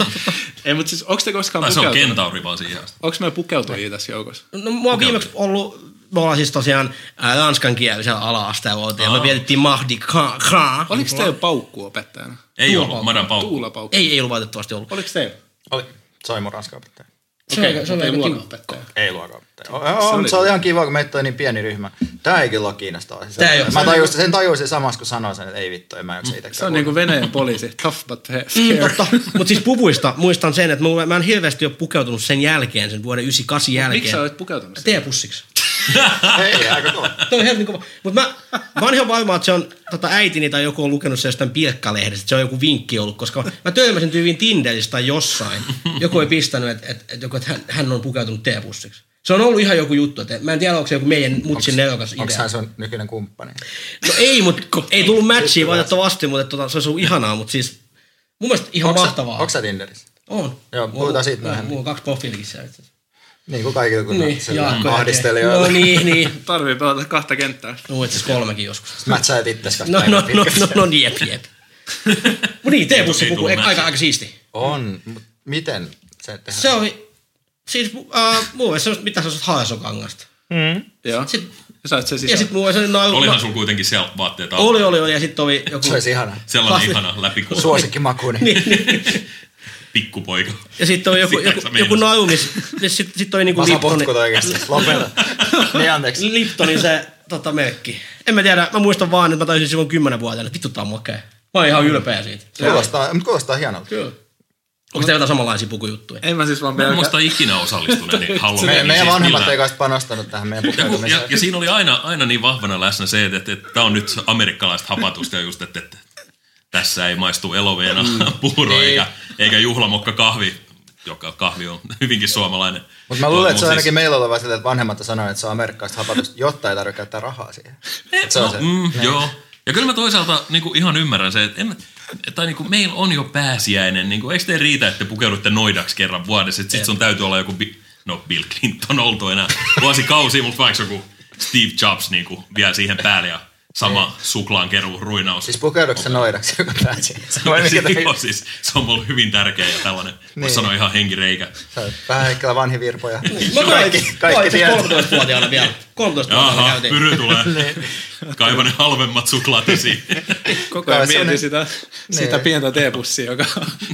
S5: Ei, mutta siis onko te koskaan
S3: Tai se on
S5: pukeutunut?
S3: kentauri vaan siihen asti.
S5: Onko meillä pukeutujia tässä joukossa?
S1: No mua on viimeksi ollut, me ollaan siis tosiaan ää, ranskankielisellä ala-asteella oltiin, ja me
S3: Aa.
S1: vietettiin Mahdi Khaa. Khaa.
S5: Oliko teillä paukku opettajana?
S3: Ei ollut, Madan Paukku.
S5: Tuulapaukku.
S1: Ei, ei ollut valitettavasti ollut.
S5: Oliko teillä?
S2: Oli. Se oli mun ranska opettaja.
S5: Okei, se oli
S1: aika
S5: luokan
S1: kiva.
S5: opettaja.
S2: Ei luokan opettaja. O- on, se oli ihan kiva, kun meitä oli niin pieni ryhmä. Tää ei kyllä ole kiinnostavaa. Siis
S1: Tää ei oo.
S2: mä tajusin, sen tajusin samassa, kun sanoin sen, että ei vittu, en mä jaksa itsekään.
S5: Se on niinku Venäjän poliisi. Tough but fair.
S1: Mm, totta. Mutta siis puvuista muistan sen, että mä, mä en hirveästi ole pukeutunut sen jälkeen, sen vuoden 98 jälkeen.
S5: Miksi sä olet pukeutunut? siihen?
S1: Teepussiksi.
S2: Hei, aika kova.
S1: Toi on helvetin kova. Mutta mä, mä oon ihan varma, että se on tota, äitini tai joku on lukenut se jostain pilkkalehdestä. että Se on joku vinkki ollut, koska mä törmäsin tyyviin Tinderistä tai jossain. Joku ei pistänyt, että et, et, joku, et hän, hän on pukeutunut teepussiksi. Se on ollut ihan joku juttu, että mä en tiedä, onko se joku meidän mutsin nelokas
S2: Onko
S1: idea.
S2: hän sun nykyinen kumppani?
S1: No ei, mutta ei tullut matchia valitettavasti, mutta tota, se olisi ollut ihanaa, mutta siis mun mielestä ihan
S2: Onko sä-
S1: mahtavaa.
S2: Onko sä Tinderissä?
S1: On.
S2: Joo,
S1: Mulla-
S2: puhutaan siitä
S1: joo,
S2: myöhemmin.
S1: Mulla on kaksi profiilikin siellä itse asiassa.
S2: Niin kuin kaikilla kun
S1: Niin,
S2: niin,
S1: Jaakko
S2: ahdistelijoilla.
S1: No niin, niin.
S5: Tarvii pelata kahta kenttää.
S1: No itse asiassa kolmekin joskus.
S2: Mätsäät itses
S1: No,
S2: kanssa
S1: no,
S2: päivän
S1: no, no,
S2: pitkäksi.
S1: no, no, jep, jep. Mut niin, T-bussi
S3: Ei
S1: puku,
S3: tullut
S1: aika, aika,
S3: matchia.
S1: aika siisti.
S2: On, mutta miten se tehdään?
S1: Se oli, siis uh, mun mielestä semmoista, mitä sä osat haasokangasta.
S5: Joo.
S1: Sit,
S5: Ja sait sen
S1: ja
S5: sisään.
S1: sit mun mielestä oli nailu.
S3: Olihan sulla kuitenkin siellä vaatteita. alla.
S1: Oli, oli, oli, ja sit oli joku...
S2: Se olisi ihana.
S3: Sellainen
S1: Kasi-
S3: ihana läpikuva
S2: Suosikki makuuni.
S1: Niin,
S3: pikkupoika.
S1: Ja sitten oli joku,
S3: Sitä
S1: joku,
S3: sä
S1: joku
S3: meinasit.
S1: nailu, missä sitten sit oli niinku
S2: Vasa
S1: Liptonin,
S2: potkut oikeasti. Lopeta. Niin anteeksi.
S1: Liptonin se tota, merkki. En mä tiedä, mä muistan vaan, että mä taisin silloin kymmenen vuotta, että vittu tää on makea. Mä oon ihan ylpeä siitä.
S2: Kuulostaa, mutta kuulostaa hienolta.
S1: Kyllä. Onko teillä jotain samanlaisia pukujuttuja?
S5: En mä siis vaan
S3: Mä en
S5: pelkää.
S3: muista ikinä osallistuneeni Halloweeniin.
S2: Me, meidän
S3: siis
S2: vanhemmat
S3: millään.
S2: ei kanssa panostanut tähän meidän
S3: Ja, kun, ja,
S2: pukeutumiseen.
S3: ja siinä oli aina, aina niin vahvana läsnä se, että, että, että tämä on nyt amerikkalaista hapatusta ja just, että, että tässä ei maistu eloveena
S2: Mm.
S3: puuro
S2: Niin.
S3: eikä, eikä juhlamokka kahvi, joka kahvi on hyvinkin suomalainen.
S2: Mutta mä luulen, että se on
S3: Mut siis-
S2: ainakin meillä oleva sillä, että vanhemmat on sanonut, että se on amerikkalaista hapatusta, jotta ei tarvitse käyttää rahaa siihen. Et se on se.
S3: Mm, joo. Ja kyllä mä toisaalta niin kuin ihan ymmärrän se, että en, tai niin kuin, meillä on jo pääsiäinen. Niin kuin, eikö te riitä, että te pukeudutte noidaksi kerran vuodessa? Että sit sun täytyy olla joku, Bi- no Bill Clinton oltu enää vuosikausia, mutta vaikka joku Steve Jobs niin kuin, vielä siihen päälle ja sama suklaankeruu ruinaus.
S2: Siis pukeudutko se noidaksi, joka pääsi? Vai mikä
S3: Siis,
S2: toi?
S3: joo, siis, se on mulle hyvin tärkeä ja tällainen, niin.
S2: Niin.
S3: sanoa ihan henkireikä.
S2: Sä oot Vähän hetkellä vanhi virpoja.
S1: Niin. Mä
S2: Kaikki, kaikki
S1: tiedät.
S2: tiedät.
S1: 13-vuotiaana vielä. 13-vuotiaana
S3: Jaha,
S1: käytiin.
S3: pyry tulee.
S2: Niin.
S3: Kaiva ne halvemmat suklaat esiin.
S5: Koko ajan
S2: Kai se on
S5: mietin
S2: nyt-
S5: sitä, sitä pientä teepussia, joka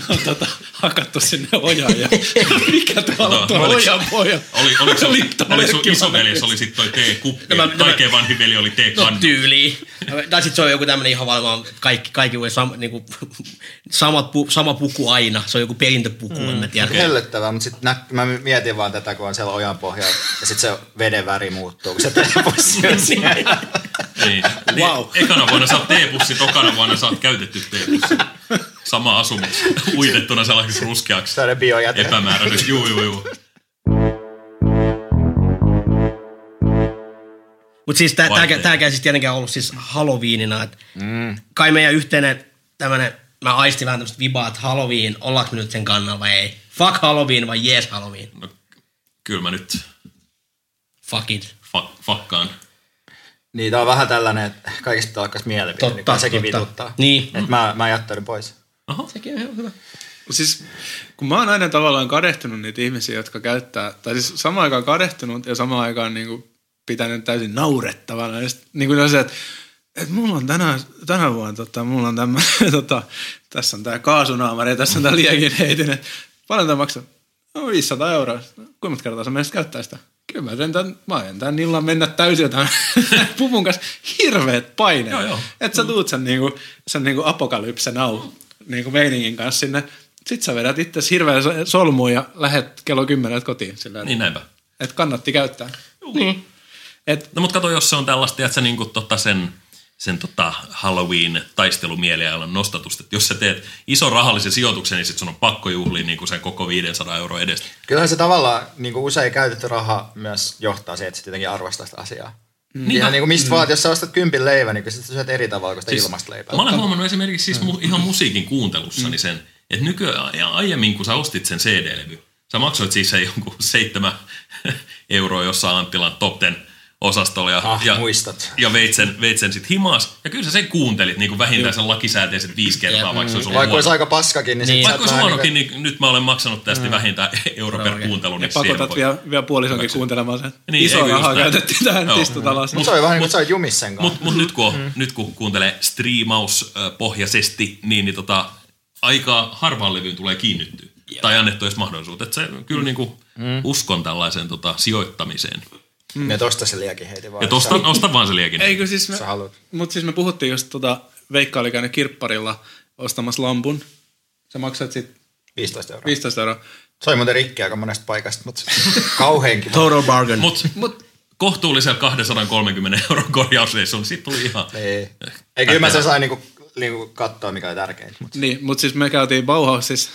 S5: on tota, hakattu sinne ojaan. Ja, mikä tuolla on tuo
S3: oliko-
S5: ojan poja?
S3: Oli, oliko sun,
S5: Liptonen
S3: oliko sun
S5: merkki
S3: isoveljesi,
S5: vai-
S3: oli sit toi T-kuppi,
S1: No mä- no mä-
S3: kaikkein vanhin veli oli
S1: No
S3: T-kannu.
S1: tyyliin. Tai sit se on joku tämmönen ihan varmaan kaikki, kaikki voi sam, niinku, samat pu, sama puku aina. Se on joku perintöpuku, mm. en mä tiedä. Okay.
S2: Hellyttävää, mutta sitten mä mietin vaan tätä, kun on siellä ojan pohjalla. Ja sitten se veden väri muuttuu, kun se teepussi on siellä.
S3: Niin. Wow. Ekana vuonna saat T-pussi, tokana vuonna saat käytetty T-pussi. Sama asumus, uitettuna sellaiseksi ruskeaksi,
S2: Sellainen biojäte.
S3: epämääräiseksi. Juu, juu, juu.
S1: Mutta siis tää, tää,
S3: Vaihteen.
S1: tääkään siis tietenkään ollut siis Halloweenina. Et mm. Kai meidän yhteinen tämmönen, mä aistin vähän tämmöstä vibaa, että Halloween, ollaanko me nyt sen kannalla vai ei? Fuck Halloween vai yes Halloween?
S3: No, kyllä mä nyt
S1: Fuck it.
S3: fa- fakkaan.
S2: Niin, tää on vähän tällainen, että kaikista pitää olla myös mielipide,
S1: Totta,
S2: niin kyllä sekin
S1: totta.
S2: vituttaa.
S1: Niin.
S2: Et mä, mä jättäydyn pois.
S1: Sekin on ihan hyvä.
S5: Siis kun mä oon aina tavallaan kadehtunut niitä ihmisiä, jotka käyttää, tai siis samaan aikaan kadehtunut ja samaan aikaan niin kuin pitänyt täysin naurettavana. Ja sit, niin kuin se, että, että mulla on tänä, tänä vuonna, tota, mulla on tämä, tota, tässä on tämä kaasunaamari ja tässä on tämä liekin heitin, että paljon tämä maksaa? No 500 euroa. No, Kuinka monta kertaa sä menet käyttää sitä? Kyllä mä rentän, mä aion tän illan mennä täysin tämän puvun kanssa. Hirveet paineet.
S3: Joo, joo.
S5: Että sä tuut sen, niinku, sen niinku apokalypsen au niinku meiningin kanssa sinne. Sitten sä vedät itse hirveän so- solmuun ja lähet kello kymmenet kotiin. Sillä,
S3: Niin näinpä.
S5: Että kannatti käyttää.
S1: Niin.
S5: Et,
S3: No mut kato, jos se on tällaista, että sä niinku tota sen, sen tota Halloween taistelumielialan nostatusta, että jos sä teet ison rahallisen sijoituksen, niin sit sun on pakko juhliin niinku sen koko 500 euroa edestä.
S2: Kyllähän se tavallaan niin kuin usein käytetty raha myös johtaa siihen, että sä tietenkin arvostaa sitä asiaa.
S1: Mm.
S2: Niin, Ihan niin kuin mistä vaan, että jos sä ostat kympin leivän, niin kyllä sä syöt eri tavalla kuin sitä siis, ilmasta leipää.
S3: Mä olen huomannut esimerkiksi siis mu- ihan musiikin kuuntelussani sen, että nykyään ja aiemmin kun sä ostit sen CD-levy, sä maksoit siis sen jonkun seitsemän euroa jossain Anttilan Top Ten osastolla ja,
S2: Ah,
S3: ja,
S2: muistat.
S3: ja veit sen, veit sen sit himaas. Ja kyllä sä sen kuuntelit niin kuin vähintään sen lakisääteiset viisi kertaa, vaikka se olisi ollut
S2: Vaikka olisi
S3: huono.
S2: aika paskakin, niin,
S1: Niin.
S2: niin.
S3: Vaikka olisi huonokin, niin nyt mä olen maksanut tästä vähintään euro per kuuntelu.
S5: Mm. ja
S3: Niin
S5: pakotat vielä, vielä puolisonkin kuuntelemaan sen. Niin, Iso
S3: eikö just
S5: rahaa
S3: näin?
S5: käytettiin tähän,
S3: Joo.
S5: että istut alas.
S2: Mutta se on vähän niin kuin, että sä oot jumissa sen kanssa.
S3: Mutta mut nyt, kun,
S5: Mm.
S3: on- nyt kun kuuntelee striimauspohjaisesti, niin, niin tota, aika harvaan levyyn tulee kiinnittyä. Tai annettu edes mahdollisuutta. Et se kyllä niinku
S5: Mm.
S3: uskon tällaiseen tota, sijoittamiseen.
S2: Mm. Ja tosta se liekin heiti vaan.
S3: Ja tosta
S2: jos sä-
S3: osta vaan se liekin.
S5: Eikö siis me,
S2: Sä haluat.
S5: mut siis me puhuttiin just tota, Veikka oli käynyt kirpparilla ostamassa lampun. Sä maksat sit
S2: 15 euroa.
S5: 15 euroa.
S2: Se oli muuten rikki aika monesta paikasta, mutta kauheinkin.
S1: Total bargain.
S3: Mut,
S5: Mut
S3: kohtuullisella 230 euron korjausreissu, niin siitä tuli ihan...
S2: Ei, ei kyllä mä sen sain niinku, niinku katsoa, mikä oli tärkeintä. Mut.
S5: Niin, mutta siis me käytiin Bauhausissa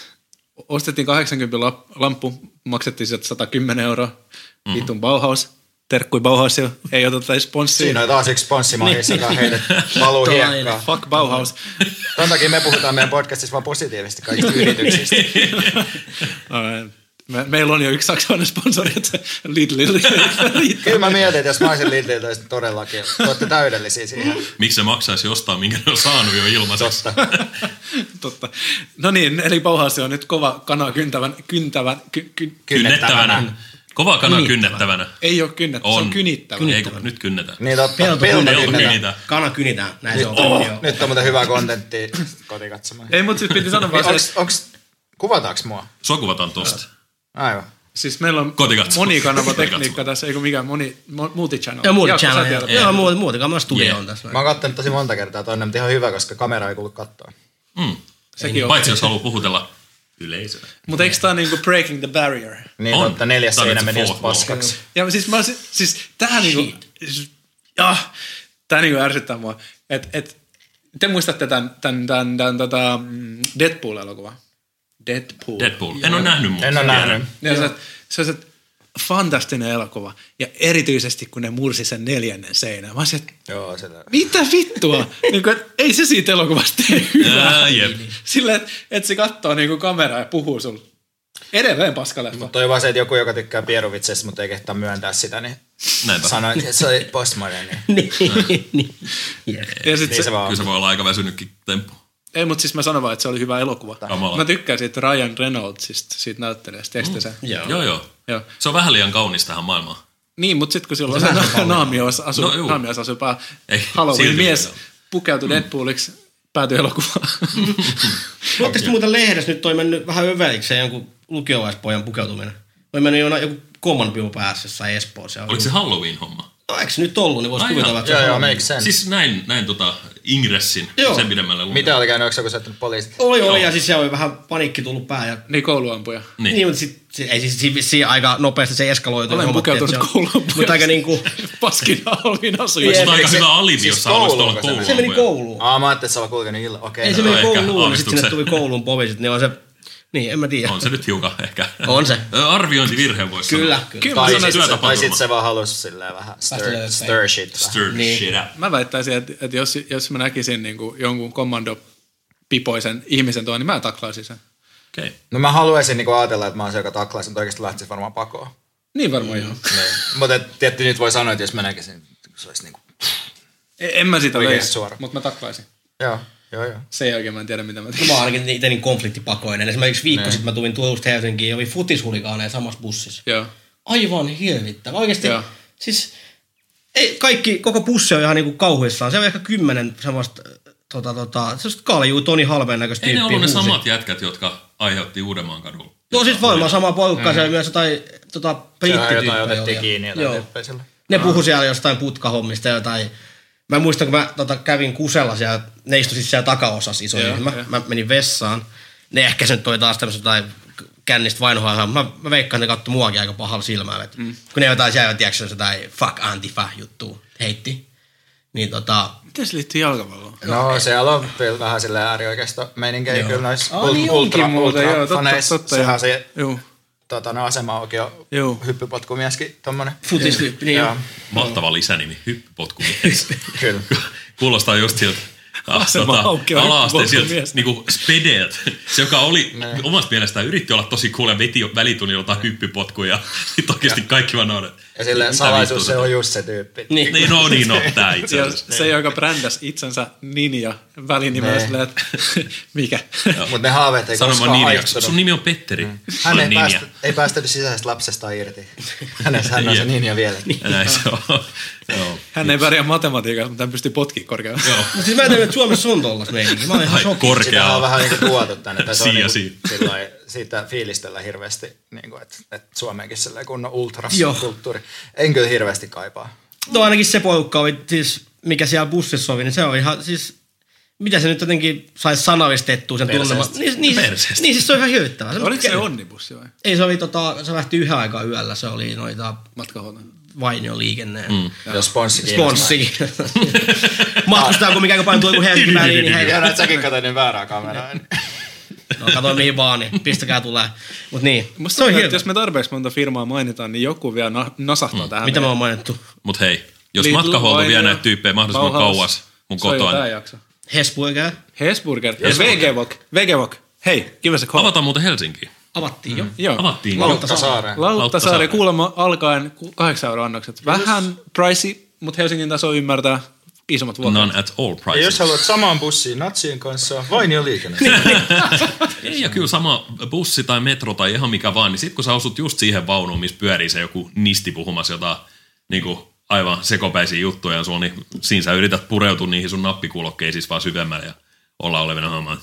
S5: ostettiin 80 lap- lamppu, maksettiin sieltä 110 euroa. Mm-hmm. Vitun Bauhaus. Terkkui Bauhaus jo, ei oteta edes sponssia.
S2: Siinä on taas yksi ponssimahdis, joka
S5: Niin.
S2: heidät valuu
S1: Toinen.
S2: hiekkaan.
S5: Fuck Bauhaus.
S2: Tämän takia me puhutaan meidän podcastissa vaan positiivisesti kaikista
S5: Niin.
S2: yrityksistä.
S5: Ää, Me, meillä on jo yksi saksalainen sponsori, että se Lidl Lidl- riittää.
S2: Kyllä mä mietin, että jos mä olisin Lidliltä, olisin todellakin. Te olette täydellisiä siihen.
S3: Miksi se maksaisi jostain, minkä ne on saanut jo ilmaiseksi?
S2: Totta.
S5: Totta. No niin, eli Bauhaus on nyt kova kana kyntävän, kyntävän, ky, ky,
S3: Kynnettävänä. Kova kana kynnettävänä.
S5: ei ole kynnettävä, se on kynittävä.
S3: Ei, kun nyt kynnetään.
S2: Niin totta.
S1: Pelto
S2: Pelto Oh.
S1: kynnetään.
S2: kynnetään.
S3: Mitä?
S1: Kana kynitään, näin se on. Joo.
S2: Nyt on muuten hyvää kontenttia kotikatsomaan. Niin,
S5: Ei, mutta sitten piti sanoa vaan se,
S2: Onks,
S5: että
S2: onks, kuvataanko mua?
S3: Sua kuvataan tosta.
S2: Aivan.
S5: siis meillä on
S3: Kotikatso.
S5: monikanavatekniikka
S3: Kotikatso.
S5: tässä, eikö mikään moni, mo- multichannel.
S1: Ja muuten
S5: Jaakko, sä
S1: channel.
S5: tiedät.
S1: Joo, muuten, muutenkaan mä studio on
S3: Jee.
S1: tässä.
S2: Mä oon kattonut tosi monta kertaa tonne, mutta ihan hyvä, koska kamera ei kuulu kattoa.
S3: Mm.
S5: Sekin on.
S3: Paitsi jos haluaa puhutella yleisöä.
S5: Mutta eikö tää on niinku breaking the barrier?
S2: Niin
S3: On.
S2: totta, neljäs
S3: Tää on
S2: seinä
S3: nyt se
S2: meni just
S3: fourth wall.
S2: paskaksi.
S5: Ja siis mä olisin- siis tähän niinku, ah, tää niinku ärsyttää mua. Et, et, te muistatte tämän, tämän, tämän, tämän tota, mm, Deadpool-elokuvan? Deadpool.
S3: Deadpool. En ole nähnyt muuta.
S2: En ole nähnyt.
S5: Ja se, se, se fantastinen elokuva. Ja erityisesti, kun ne mursi sen neljännen seinän. Mä olisin, että
S2: Joo, sitä.
S5: mitä vittua? niin kuin, et, ei se siitä elokuvasta tee hyvää.
S3: Ää, jep.
S5: Silleen, että et se katsoo niin kameraa ja puhuu sulle. Edelleen paskaleffa.
S2: Toi on vaan se, että joku, joka tykkää pieruvitseistä, mutta ei kehtaa myöntää sitä, niin
S3: Näinpä.
S2: sanoi, että se oli postmoderni.
S1: Niin, niin. Jep.
S5: Ja sit
S2: Niin
S5: se,
S2: se vaan
S3: Kyllä
S2: on.
S3: se voi olla aika väsynytkin temppu.
S5: ei, mutta siis mä sanon vaan, että se oli hyvä elokuva.
S3: Kamala.
S5: Mä tykkään siitä Ryan Reynoldsista, siitä näyttelijästä. Tiedätkö te sen?
S1: Mm. Joo.
S3: Joo, joo.
S5: Joo.
S3: Se on vähän liian kaunis tähän maailmaan.
S5: Niin, mutta sitten kun silloin se na- naamios asuu,
S3: No,
S5: no,
S3: juu.
S5: naamios asuu pää,
S3: Ei,
S5: Halloween
S3: silti
S5: mies
S3: vielä. Mm.
S5: pukeutui Deadpooliksi, päätyi elokuvaan.
S1: Oletteko muuten lehdessä nyt toi mennyt vähän överikseen jonkun lukiolaispojan pukeutuminen? Voi mennyt jonain joku common view päässä jossain Espoossa.
S3: Oliko se Halloween-homma?
S1: No eikö se nyt ollut, niin voisi
S3: Ai
S1: kuvitella,
S3: joo.
S1: että se
S2: Joo,
S1: on
S2: joo,
S1: ollut.
S2: make sense.
S3: Siis näin, näin tota ingressin
S1: Joo.
S3: sen pidemmälle lunta.
S2: Mitä oli käynyt, onko joku soittanut poliisit?
S1: Oli, oli, ja siis se oli vähän paniikki tullut päähän. Ja...
S5: niin kouluampuja.
S1: Niin.
S3: Niin.
S1: mutta sit, si- ei siis si- vissiin aika nopeasti se eskaloitui.
S5: Olen
S1: Huomattiin, että
S5: pukeutunut
S1: se on-
S5: kouluun.
S1: Mutta aika niinku,
S5: Paskina olin
S1: Jep.
S5: asuja.
S3: Se on aika
S2: Se-
S3: hyvä alibi,
S2: siis
S3: jos sä haluaisit
S2: kouluun,
S3: olla
S2: kun se meni.
S1: se meni
S3: kouluun.
S1: kouluun.
S2: Aa, mä ajattelin, että se on kulkenut illalla. Okei.
S1: Ei se
S2: no.
S1: meni
S3: ehkä
S1: kouluun, niin sitten sinne
S3: aavistuksen.
S1: tuli kouluun poliisit, niin on se, niin en mä tiedä.
S3: On se nyt hiukan ehkä.
S1: On se.
S3: Ö, Arviointivirhe voisi
S1: Kyllä,
S3: sanoa.
S1: kyllä.
S5: Kyllä mä
S2: Tai sit,
S5: sanoisin,
S2: se,
S3: työtapaturma.
S2: tai sit se vaan halusi silleen vähän stir,
S1: lööpäin.
S2: stir shit. vähän.
S3: Stir
S1: Niin.
S3: niin. shit up.
S5: mä väittäisin, että, että jos, jos mä näkisin niin kuin jonkun kommando pipoisen ihmisen tuon, niin mä taklaisin sen.
S3: Okei. Okay.
S2: No mä haluaisin niinku ajatella, että mä oon se, joka taklaisi, mutta oikeasti lähtisi varmaan pakoon.
S5: Niin varmaan mm. joo.
S2: mutta tietty nyt voi sanoa, että jos mä näkisin, se olisi niinku...
S5: E- En en mä sitä
S2: Oikein
S5: löisi,
S2: suora.
S5: mutta mä taklaisin.
S2: Joo, joo, joo.
S5: Se ei oikein, mä en tiedä mitä mä
S1: No
S5: teen.
S1: mä oon ainakin itse niin konfliktipakoinen. Esimerkiksi viikko sitten mä tulin Turusta Helsinkiin ja oli futishulikaaneja samassa bussissa.
S5: Joo.
S1: Aivan hirvittävä. Oikeasti,
S5: Joo.
S1: siis ei, kaikki, koko pussi on ihan niinku kauhuissaan. Se on ehkä kymmenen semmoista äh, tota, tota, semmoista kaljuu Toni Halveen näköistä
S3: Ei ne ollut ne
S1: huusi.
S3: samat jätkät, jotka aiheutti Uudenmaan kadulla.
S1: No siis varmaan sama porukka, mm. se oli myös jotain tota,
S2: Sehän jotain
S1: brittityyppejä. oli.
S2: otettiin kiinni jotain
S1: Joo.
S2: tyyppejä sillä.
S1: Ne puhu siellä jostain putkahommista ja jotain. Mä muistan, kun mä tota, kävin kusella siellä, ne istui siis siellä takaosassa iso
S5: Joo,
S1: ryhmä.
S5: joo.
S1: Mä menin vessaan. Ne ehkä se nyt oli taas tämmöistä jotain kännistä vainoa. Mä, mä veikkaan, että ne katsoi muakin aika pahalla silmällä. Mm. Kun ne jotain siellä, tiedätkö, jotain fuck antifa juttu heitti. Niin tota,
S5: Miten se liittyy jalkapalloon?
S2: No siellä on vielä vähän silleen äärioikeista meininkejä kyllä noissa ul- ultra, ultra,
S5: joo, totta,
S2: faneissa.
S5: totta.
S2: Sehän
S5: joo.
S2: on se
S5: Joo.
S2: tota, no, asema auki on
S5: Joo.
S2: hyppypotkumieskin tommonen.
S1: Futistyyppi, niin
S2: Joo,
S1: joo.
S3: Mahtava lisänimi, hyppypotkumies.
S2: kyllä.
S3: Kuulostaa just sieltä ah,
S5: Asema
S3: tota,
S5: aukeaa,
S3: ala-asteen sieltä
S5: hyppypotkumies.
S3: niinku spedeeltä, se joka oli omasta mielestään yritti olla tosi cool ja veti jo välitunnilla jotain hyppypotkuja. Sitten oikeasti kaikki vaan noudat.
S2: Ja silleen salaisuus se on just se tyyppi.
S1: Niin.
S3: Niin, no niin, no, tää itse
S5: Ja
S3: asiassa.
S5: se, joka brändäsi itsensä Ninja välinimellä
S2: Ne.
S5: silleen, että mikä.
S2: Mutta ne haaveet ei
S3: Sanomaan
S2: koskaan
S3: ninjaksi.
S2: aiheutunut.
S3: Sun nimi on Petteri. Mm.
S2: Hän ei, päästä, ei päästänyt sisäisestä lapsesta irti. Hänessä hän on se
S3: Jep.
S2: ninja vieläkin.
S3: Näin se on. Joo.
S5: Hän ei pärjää matematiikassa, mutta hän pystyy potkiin korkealle.
S3: Joo.
S1: No siis mä en tiedä, että Suomessa on tollas meininki. Mä oon ihan
S3: Ai,
S1: shokki.
S2: Sitä on
S3: korkeaa.
S2: vähän niin kuin tuotu tänne. Tai se on
S3: Siinä,
S2: niin
S3: siinä.
S2: kuin, sillai, siitä fiilistellä hirveästi, niin kuin, että, että Suomeenkin sellainen kunnon
S1: Joo.
S2: ultraskulttuuri. En kyllä hirveästi kaipaa.
S1: No ainakin se porukka oli, siis, mikä siellä bussissa oli, niin se on ihan siis... Mitä se nyt jotenkin saisi sanallistettua sen
S2: Perseestä.
S1: tunnelman? Niin, niin, siis,
S3: Perseestä.
S1: niin siis se on ihan hyödyttävää.
S5: Oliko se onnibussi vai
S1: Ei se oli tota, se lähti yhden aikaa yöllä, se oli noita
S5: matkahuone?
S1: Vainion liikenne. Mm.
S2: Ja sponssi kiinnostaa.
S1: Sponssi. Matkustaa kun mikä paljon tuo kuin Helsinki väliin, niin
S2: Ja
S1: hei.
S2: näet säkin katsoin niin väärää kameraa.
S1: No katsoin mihin vaan, niin pistäkää tulee. Mut niin,
S5: Musta
S1: se on
S5: tuntuu,
S1: hieno.
S5: että jos me tarpeeksi monta firmaa mainitaan, niin joku vielä na- nasahtaa mm. tähän.
S1: Mitä me
S5: meidän-
S1: on mainittu?
S3: Mutta hei, jos
S5: Lidl,
S3: matkahuolto vie
S5: Vainio,
S3: näitä tyyppejä mahdollisimman
S5: Bauhaus.
S3: kauas mun
S5: Se on jo
S3: kotoa,
S5: tää
S3: niin
S5: jakso.
S1: Hesburger
S5: Hesburger. Ja
S3: Hesburger.
S5: VG-Vok. VG-Vok. Hei, give us a call.
S3: avataan muuten Helsinkiin.
S1: avattiin jo.
S5: Joo.
S3: Avattiin.
S2: Jukka Saaren.
S5: Lauttasaari
S3: Lauttasaari.
S5: kuulemma alkaen ku- kahdeksan euroa annokset. Vähän pricey, mutta Helsingin taso ymmärtää isommat vuokrat.
S3: None at all
S2: Ja jos
S3: prices.
S2: haluat samaan bussiin natsien kanssa, vain jo liikenne.
S3: Ei, ja kyllä sama bussi tai metro tai ihan mikä vaan, niin sit kun sä osut just siihen vaunuun, missä pyörii se joku nisti puhumassa jotain niinku, aivan sekopäisiä juttuja sun, niin siinä sä yrität pureutua niihin sun nappikulokkeisiin vaan syvemmälle ja olla olevina hommaa.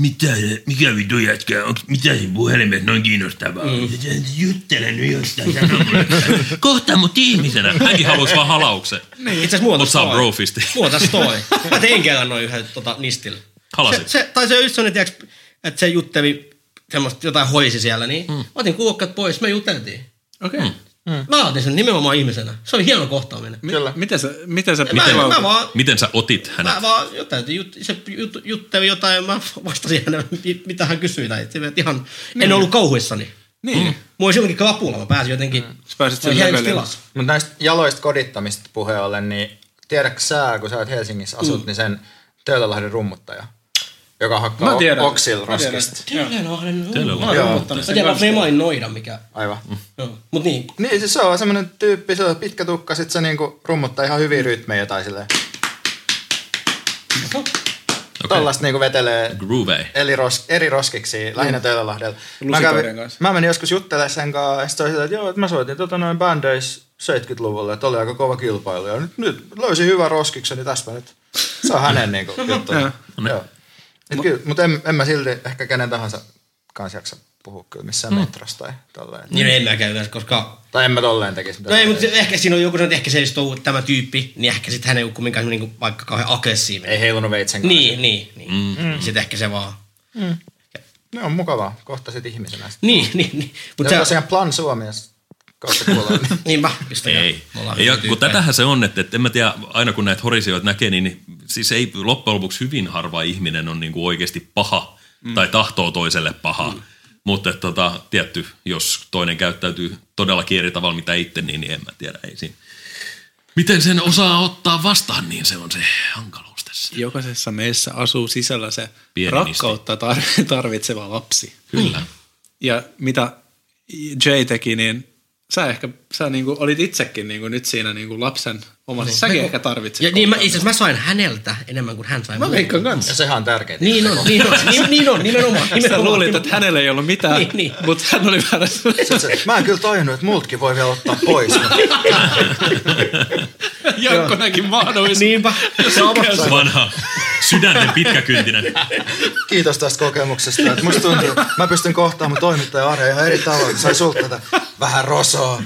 S3: Mitä, mikä vittu jätkä, onks, mitä siinä puhelimessa noin kiinnostavaa? Mm. Juttelen nyt jostain, sano mulle. Kohta mut ihmisenä. Hänkin haluaisi vaan halauksen.
S1: Itse asiassa muuta
S3: Mut saa brofisti.
S1: Muutas toi. Mä tein kerran noin yhden tota, nistillä.
S3: Halasit.
S1: Se, se, tai se just on, tiiäks, että se juttevi semmoista jotain hoisi siellä, niin mm. otin kuokkat pois, me juteltiin.
S5: Okei. Okay.
S1: Mm. Mä otin sen nimenomaan ihmisenä. Se oli hieno kohtaaminen.
S5: M- miten sä, miten sä
S1: Mä,
S5: miten
S1: mä,
S5: laukut?
S1: mä vaan
S3: Miten sä otit hänet?
S1: Mä vaan jotain, jut, se jut, jutteli jotain ja mä vastasin hänelle, mi- mitä hän kysyi. Tai, että ihan, niin. En ollut kauhuissani.
S5: Niin. Mm.
S1: Mulla olisi jonkin klapulla, mä pääsin jotenkin. Mm.
S5: Sä pääsit sen levelille.
S2: Mutta näistä jaloista kodittamista puheen ollen, niin tiedätkö sä, kun sä oot Helsingissä asut, mm. niin sen Töölölahden rummuttaja, joka hakkaa
S5: Mä tiedän.
S2: oksil raskista.
S3: Töölönlahden
S1: Joo.
S5: rummuttanut
S1: Mä
S5: sen
S1: tiedän,
S5: kanssa.
S1: me ei mainoida mikä.
S2: Aivan. Mm.
S1: Joo. Mut niin,
S2: Niin, siis se on semmoinen tyyppi, se on pitkä tukka, sit se niinku rummuttaa ihan hyviä rytmejä tai silleen. Okay. Tollasta niinku vetelee
S3: Groovey.
S2: eli ros, eri roskiksi, lähinnä mm. Töölönlahdella. Mä,
S5: Lusikoiden
S2: kävin,
S5: kanssa.
S2: mä menin joskus juttelemaan sen kanssa, ja sit se oli sillä, että joo, että mä soitin tota noin bändeissä 70-luvulla, että oli aika kova kilpailu, ja nyt, nyt löysin hyvän roskiksen, niin täsmä nyt. Se on hänen niinku juttu.
S1: No.
S2: joo. Et kyllä, mutta en, en mä silti ehkä kenen tahansa kanssa jaksa puhua kyllä missään mm. metrossa tai tolleen.
S1: niin en mäkään yleensä, koska...
S2: Tai en mä tolleen tekisi
S1: No
S2: mitään.
S1: ei, mutta ehkä siinä on joku, että ehkä se ei ole tämä tyyppi, niin ehkä sitten hän ei ole kumminkaan niin vaikka kauhean aggressiivinen.
S2: ei heilunut veitsen kanssa.
S1: Niin, niin, niin. Mm. Sitten ehkä se vaan...
S2: Ne on mukavaa, kohtasit ihmisenä.
S1: Niin, niin, niin.
S2: Mutta
S1: Mutta
S2: se on
S1: sä...
S2: tosiaan plan Suomessa kautta kuulee.
S1: Niin mä, pistäkää.
S3: Ei.
S1: Me ollaan
S3: Ei,
S1: hyviä
S3: ja kun
S1: tyyppejä.
S3: tätähän se on, että, että en mä tiedä, aina kun näitä horisioita näkee, niin- niin siis ei loppujen lopuksi hyvin harva ihminen on niin kuin oikeasti paha mm. tai tahtoo toiselle pahaa. Mm. Mutta tota, tietty, jos toinen käyttäytyy todella eri tavalla mitä itse, niin, niin en mä tiedä. Ei siinä. Miten sen osaa ottaa vastaan, niin se on se hankaluus tässä.
S5: Jokaisessa meissä asuu sisällä se
S3: Pieni
S5: rakkautta tar- tarvitseva lapsi.
S3: Kyllä.
S5: Ja mitä Jay teki, niin sä ehkä sä niinku olit itsekin niinku nyt siinä niinku lapsen omassa. Niin. Säkin ehkä tarvitsit.
S1: Ja, niin mä,
S5: kohtaamista.
S1: itse asiassa mä sain häneltä enemmän kuin hän sai
S5: mä
S1: multa.
S5: veikkaan kanssa.
S2: Ja sehän on tärkeää.
S1: Niin on, niin on, niin, niin on, nimenomaan.
S5: Sä
S1: nimenomaan.
S5: luulit, että hänellä ei ollut mitään,
S1: Niin, niin.
S5: mutta hän oli väärässä.
S2: Se- Mä en kyllä tajunnut, että multkin voi vielä ottaa pois.
S5: Jaakko näki mahdollisuuden.
S1: Niinpä.
S3: Vanha sydänten pitkäkyntinen.
S2: Kiitos tästä kokemuksesta. Että musta tuntuu, että mä pystyn kohtaamaan toimittaja Arja ihan eri tavalla, kun sai sulta tätä vähän rosoa.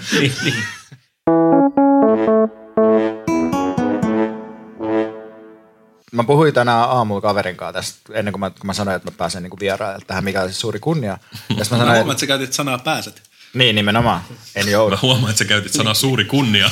S2: Mä puhuin tänään aamulla kaverin kanssa tästä, ennen kuin mä, kun mä sanoin, että mä pääsen niinku vieraille tähän, mikä on siis suuri kunnia. Ja sit mä
S5: Mä
S2: sanoin,
S5: huomaan,
S2: että,
S5: että sä käytit sanaa pääset.
S2: niin nimenomaan, en
S3: Mä
S2: joudu.
S3: huomaan, että sä käytit sanaa suuri kunnia.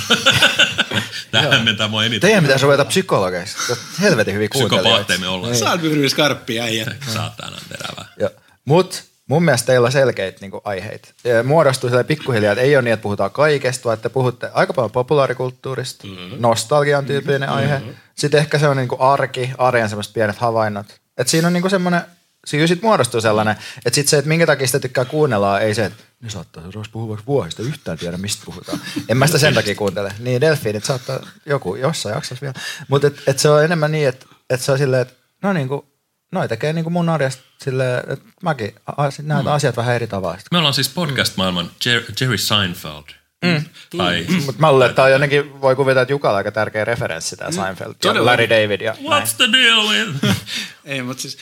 S3: Tähän mentää mua eniten.
S2: Teidän pitäisi ruveta psykologeiksi. Te ootte Helvetin hyvin kuuntelijoita.
S3: Psykopaatteja me ollaan.
S5: Sä oot myrmys karppi äijä.
S3: Niin. Saatana terävää.
S2: Mutta mun mielestä teillä on selkeitä niin aiheita. Ja Muodostuu sille pikkuhiljaa, että ei ole niin, että puhutaan kaikesta, vaan että puhutte aika paljon populaarikulttuurista, mm-hmm. nostalgian tyyppinen mm-hmm. aihe. Sitten ehkä se on niin arki, arjen semmoiset pienet havainnot. Et siinä on niin semmoinen, siinä sitten muodostuu sellainen, että sitten se, että minkä takia sitä tykkää kuunnella, ei se, että ne saattaa seuraavaksi puhua vaikka vuohista, yhtään tiedä mistä puhutaan. En mä sitä sen takia kuuntele. Niin delfiinit saattaa joku jossain jaksossa vielä. Mutta et, et se on enemmän niin, että et se on silleen, että no niin kuin, Noi tekee niin kuin mun arjesta silleen, että mäkin a- sit näen mm. asiat vähän eri tavalla.
S3: Me ollaan siis podcast-maailman Jer- Jerry Seinfeld. Mm. Tai
S2: Mutta mä luulen, että tää on jotenkin, voi kuvitella, että Jukalla aika tärkeä referenssi tämä Seinfeld ja
S5: todella.
S2: Larry David. Ja näin.
S3: Mm. What's the deal with?
S5: Ei, mutta siis,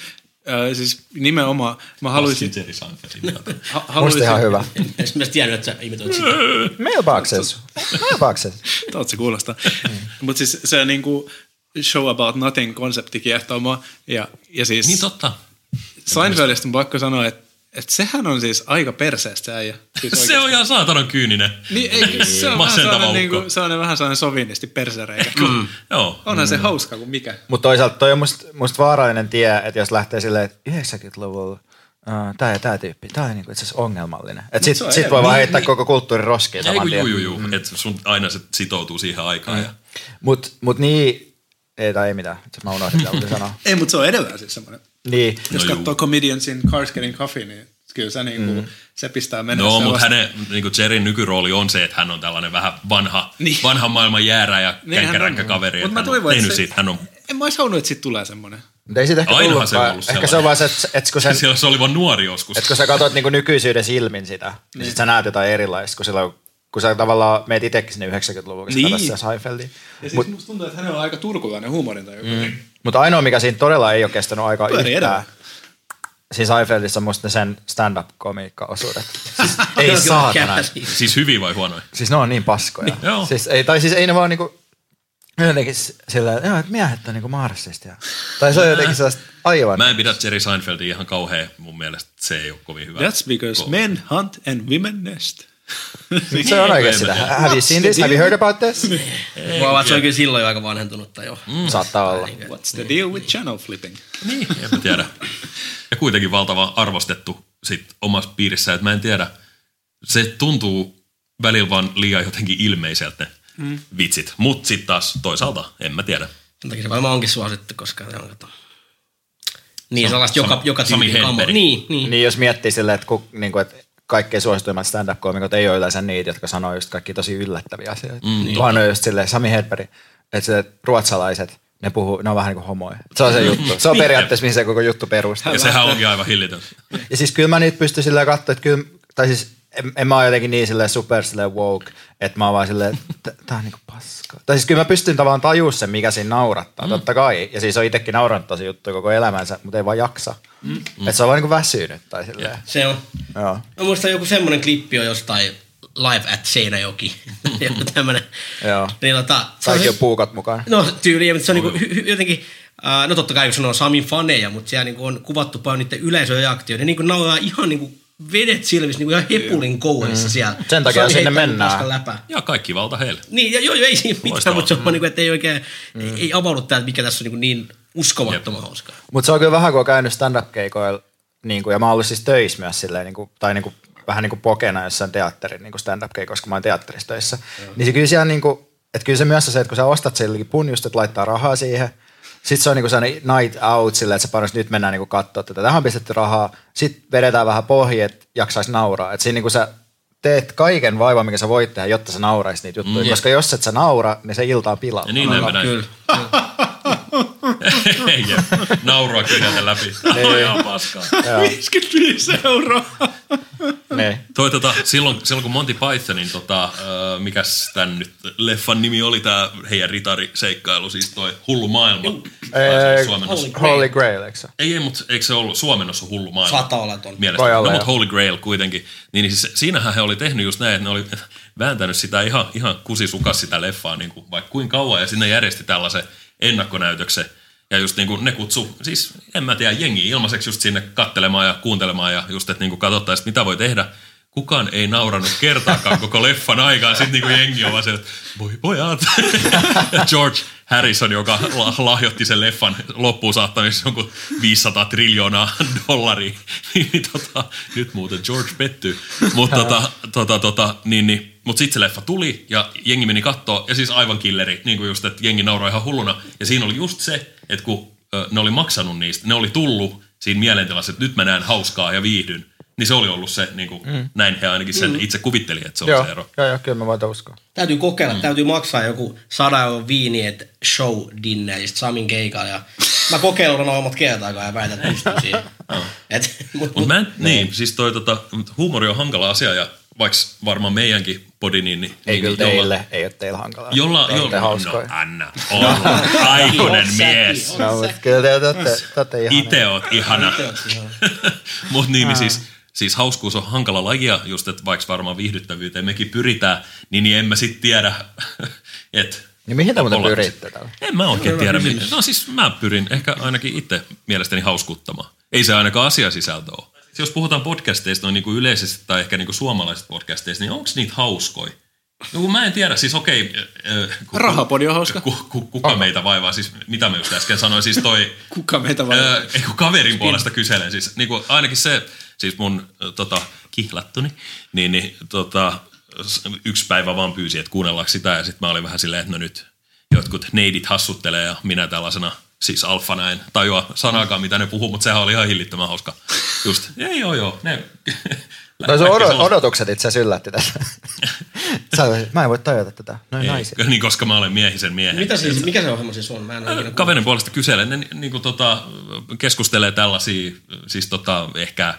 S5: äh, siis nimenomaan, mä haluaisin...
S3: Jerry Seinfeldin.
S5: Ha,
S2: Musta
S5: haluaisin
S2: ihan hyvä.
S1: En mä tiennyt, että sä imitoit sitä.
S2: Mailboxes. Mailboxes.
S5: Taat se kuulostaa.
S2: Mm.
S5: mutta siis se niinku show about nothing konsepti kiehtoo mua. Ja, ja siis
S3: Niin totta.
S5: Seinfeldistä on pakko sanoa, että et sehän on siis aika perseestä se äijä. Siis
S3: Se on ihan saatanan kyyninen.
S5: Niin, ei, se on vähän
S3: Masentava
S5: sellainen,
S3: ukko. Mm.
S5: niinku, sellainen, vähän sellainen sovinisti persereikä.
S3: Joo.
S5: Onhan
S2: Mm.
S5: se hauska kuin mikä.
S2: Mutta toisaalta toi on musta must vaarallinen tie, että jos lähtee silleen, että 90-luvulla äh, tämä ja tämä tyyppi, tämä on niinku itse asiassa ongelmallinen. Et sit,
S5: se on
S2: sit
S5: elämä.
S2: voi vaan heittää koko kulttuurin roskiin
S3: niin, Ei
S2: saman
S3: kun juu, juu,
S2: tien.
S3: juu. Mm. Että sun aina se sitoutuu siihen aikaan.
S5: Mm.
S3: Ja,
S2: Mut, mut niin, ei tai ei mitään, itse asiassa mä unohdin mitä mä sanoa.
S5: Ei, mutta se on edelleen siis semmoinen.
S2: Niin,
S5: Jos
S3: juu.
S5: no katsoo Comediansin Cars Getting Coffee, niin kyllä se, niinku, mm. se pistää mennä.
S3: No, mutta
S5: sellaista-
S3: hänen, niin kuin Jerin nykyrooli on se, että hän on tällainen vähän vanha,
S5: Niin.
S3: niin. vanhan maailman jäärä ja
S5: Niin hän on.
S3: känkkäränkkä kaveri.
S5: Mut
S3: että
S5: mä
S3: hän on
S5: toivon, että
S3: tehnyt
S5: se-
S3: siitä, hän on,
S5: En mä olisi halunnut, että siitä tulee semmoinen.
S2: mutta ei siitä ehkä
S3: Ainahan
S2: tullutkaan.
S3: se on ollut
S2: ehkä se on
S3: sellainen.
S2: vaan se, että et kun, sen,
S3: siellä se oli vain nuori joskus.
S2: et kun sä katsot niinku nykyisyyden silmin sitä, niin, sit sä näet jotain erilaista, kun silloin kun sä tavallaan meet itsekin sinne 90-luvulle, kun
S5: Niin.
S2: niin. sä katsot sitä Seinfeldia.
S5: Ja siis
S2: Mut-
S5: Mut, musta tuntuu, että hänellä on aika turkulainen huumorintaju. Mm.
S2: Mutta ainoa, mikä siinä todella ei ole kestänyt aikaa
S5: Pyörii
S2: yhtään,
S5: edelleen.
S2: siis Eiffeldissä on musta ne sen stand-up-komiikka-osuudet. Siis ei saatana.
S3: Siis hyviä vai huonoja?
S2: Siis ne on niin paskoja.
S3: Niin, joo.
S2: siis ei, tai siis ei ne vaan niinku, ne on jotenkin s- sillä tavalla, että miehet on niinku marssistia. Tai se on jotenkin sellaista aivan.
S3: Mä en pidä Jerry Seinfeldia ihan kauhean, mun mielestä se ei ole kovin hyvä.
S5: That's because men hunt and women nest.
S3: Siis
S2: se on oikein
S3: Ei,
S2: sitä.
S3: ei, ei.
S2: Have you seen this? Have you heard about this?
S1: Voi olla, että se on kyllä silloin jo aika vanhentunutta jo.
S2: Saattaa olla.
S5: What's the deal with channel flipping?
S3: Niin, en mä tiedä. Ja kuitenkin valtavan arvostettu sit omassa piirissä, että mä en tiedä. Se tuntuu välillä vaan liian jotenkin ilmeiseltä ne mm. vitsit. Mutta sitten taas toisaalta, en mä tiedä.
S1: Sen takia se varmaan onkin suosittu, koska se on kato. Niin, sellaista joka,
S3: Sami-
S1: joka
S3: Sami
S1: tyypin kamaa.
S3: Hellberg.
S1: Niin, niin.
S2: Niin jos miettii silleen, että ku, niinku, et kaikkein suosituimmat stand-up-koomikot ei ole yleensä niitä, jotka sanoo just kaikki tosi yllättäviä asioita. Mm, Vaan on just silleen, Sami Hedberg, että silleen, että ruotsalaiset, ne puhuu, ne on vähän niin kuin homoja. Se on se juttu. Se on periaatteessa, mihin se koko juttu perustuu.
S3: Ja sehän onkin aivan hillitön.
S2: Ja siis kyllä mä niitä pystyn silleen katsoa, että kyllä, tai siis en, en mä ole jotenkin niin silleen super silleen woke, että mä oon vaan silleen, että t- tää on niinku paskaa. Tai siis kyllä mä pystyn tavallaan tajua sen, mikä siinä naurattaa, mm. totta kai. Ja siis on itsekin naurannut tosi juttuja koko elämänsä, mutta ei vaan jaksa. Mm. Että se on vaan niinku väsynyt tai silleen.
S1: Se on.
S2: Joo.
S1: Mä muistan joku semmoinen klippi on jostain Live at Seinäjoki. joku tämmönen.
S2: Joo.
S1: Niin, tota, se on
S2: Kaikki on
S1: siis-
S2: puukat mukana.
S1: No tyyliä, mutta se on niinku, hy, hy, jotenkin, ää, no totta kai kun sanoo Samin faneja, mutta siellä niinku on kuvattu paljon niiden yleisöreaktioita. Ne niinku nauraa ihan niinku vedet silmissä, niinku ihan hepulin kourissa siellä.
S2: Mm. Sen takia
S1: Sami
S2: sinne
S1: heittää
S2: mennään.
S1: paskan Läpä.
S3: Ja kaikki valta heille.
S1: Niin, ja joo, joo, ei siinä mitään,
S3: Loistavaa.
S1: mutta se on vaan niinku, että ei oikein, mm. ei avaudu tää, että mikä tässä on niinku niin uskomattoman hauskaa.
S2: Mutta se on kyllä vähän, kun on käynyt stand-up-keikoilla, niin kuin, ja mä oon ollut siis töissä myös silleen, niin kuin, tai niin kuin, vähän niin kuin pokena jossain teatterin niin kuin stand-up-keikossa, kun mä oon teatterissa töissä. Niin se kyllä siellä, niin kuin, että kyllä se myös on se, että kun sä ostat sillekin pun just, että laittaa rahaa siihen, sitten se on niinku sellainen night out silleen, että sä panos, nyt mennään niinku katsoa tätä. Tähän on pistetty rahaa, sitten vedetään vähän pohjia, että jaksaisi nauraa. Että siinä niinku sä teet kaiken vaivan, mikä sä voit tehdä, jotta sä nauraisit niitä juttuja. Mm, koska jos et sä naura, niin se ilta on pilalla.
S3: Ja niin näin mä näin.
S1: Kyllä.
S3: Jep. Naurua kynätä läpi. Tää on ihan paskaa.
S5: 55 euroa.
S2: Niin.
S3: Toi, tota, silloin, silloin kun Monty Pythonin, tota, äh, mikäs tämän nyt leffan nimi oli, tämä heidän ritariseikkailu, siis toi Hullu maailma. Taisi olla
S2: Ee,
S3: suomennos.
S2: Öö, Holy Grail, eikö se?
S3: Ei, ei, mutta eikö se ollut suomennos on Hullu maailma?
S1: Saattaa olla ton.
S3: Mielestäni.
S2: Voi olla,
S3: No, mutta
S2: joo.
S3: Holy Grail kuitenkin. Niin, niin siis, siinähän he oli tehnyt just näin, että ne oli vääntänyt sitä ihan, ihan kusisukas sitä leffaa niin kuin, vaikka kuinka kauan, ja sinne järjesti tällaisen ennakkonäytöksen. Ja just niin kuin ne kutsu, siis en mä tiedä, jengi ilmaiseksi just sinne kattelemaan ja kuuntelemaan ja just, että niin katsottaisiin, mitä voi tehdä. Kukaan ei nauranut kertaakaan koko leffan aikaa. Sitten niin kuin jengi on vaan siellä, että voi pojat. George Harrison, joka la- lahjoitti sen leffan loppuun saattamissa jonkun 500 triljoonaa dollaria. Niin, tota, nyt muuten George pettyy. Mutta tota, tota, tota, niin, niin. Mut sitten se leffa tuli ja jengi meni kattoo ja siis aivan killeri, niin kuin just, että jengi nauroi ihan hulluna. Ja siinä oli just se, että kun ö, ne oli maksanut niistä, ne oli tullut siinä mielentilassa, että nyt mä näen hauskaa ja viihdyn. Niin se oli ollut se, niin kuin, mm. näin he ainakin sen mm. itse kuvitteli, että se on
S2: Joo,
S3: se ero.
S2: joo, joo, kyllä mä voin tämän uskoa.
S1: Täytyy kokeilla, mm. täytyy maksaa joku 100 euron viiniet show dinneristä Samin keikalla. Ja mä kokeilun omat kertaakaan ja väitän, että pystyn siihen. Et, mut,
S3: Mut
S1: mut,
S3: mä en, niin, siis toi tota, mut huumori on hankala asia ja vaikka varmaan meidänkin podi, niin... niin
S2: Ei
S3: niin,
S2: kyllä
S3: jolla-
S2: teille, ei ole teillä hankalaa.
S3: Jolla,
S2: Te olette
S3: jolla, no
S2: hauskoja.
S3: Anna, on aikuinen
S1: Oot säkin,
S3: mies.
S1: oot
S2: No, mutta kyllä te, te olette, te olette ihan...
S3: Ite oot ihana. Mut niin, niin siis, siis hauskuus on hankala lajia, just että vaikka varmaan viihdyttävyyteen mekin pyritään, niin, niin en mä sit tiedä, että...
S2: Niin mihin te muuten pyritte tällä?
S3: En mä oikein tiedä. Mitä. No siis mä pyrin ehkä ainakin itse mielestäni hauskuttamaan. Ei se ainakaan asiasisältö ole. niinku Siis Jos puhutaan podcasteista noin niin kuin yleisesti tai ehkä niin kuin suomalaisista podcasteista, niin onko niitä hauskoja? No kun mä en tiedä, siis okei. ö, ö, ku-
S5: Rahapodi on hauska.
S3: ku- ku- Kuka meitä vaivaa, siis mitä mä just äsken sanoin, siis toi...
S5: Kuka meitä vaan?
S3: Öö, ei kun kaverin puolesta kyselen. Siis, niin kuin ainakin se, siis mun ö, tota, kihlattuni, niin, niin tota, s- yksi päivä vaan pyysi, että kuunnellaanko sitä. Ja sitten mä olin vähän silleen, että no nyt jotkut neidit hassuttelee ja minä tällaisena siis alfana en tajua sanaakaan, mitä ne puhuu, mutta sehän oli ihan hillittömän hauska. Just, ei joo joo, ne...
S2: No sun
S3: kaikki
S2: odot,
S3: sellaista-
S2: odotukset itse asiassa yllätti tässä. Sä olet, mä en voi tajuta tätä. No Noin naiset.
S3: Ei, niin koska mä olen miehisen miehen.
S1: Mitä siis, mikä se ohjelma siis on? Mä en ole ikinä kuullut.
S3: Kaverin puolesta kyselen, ne ni- niinku tota, keskustelee tällaisia, siis tota, ehkä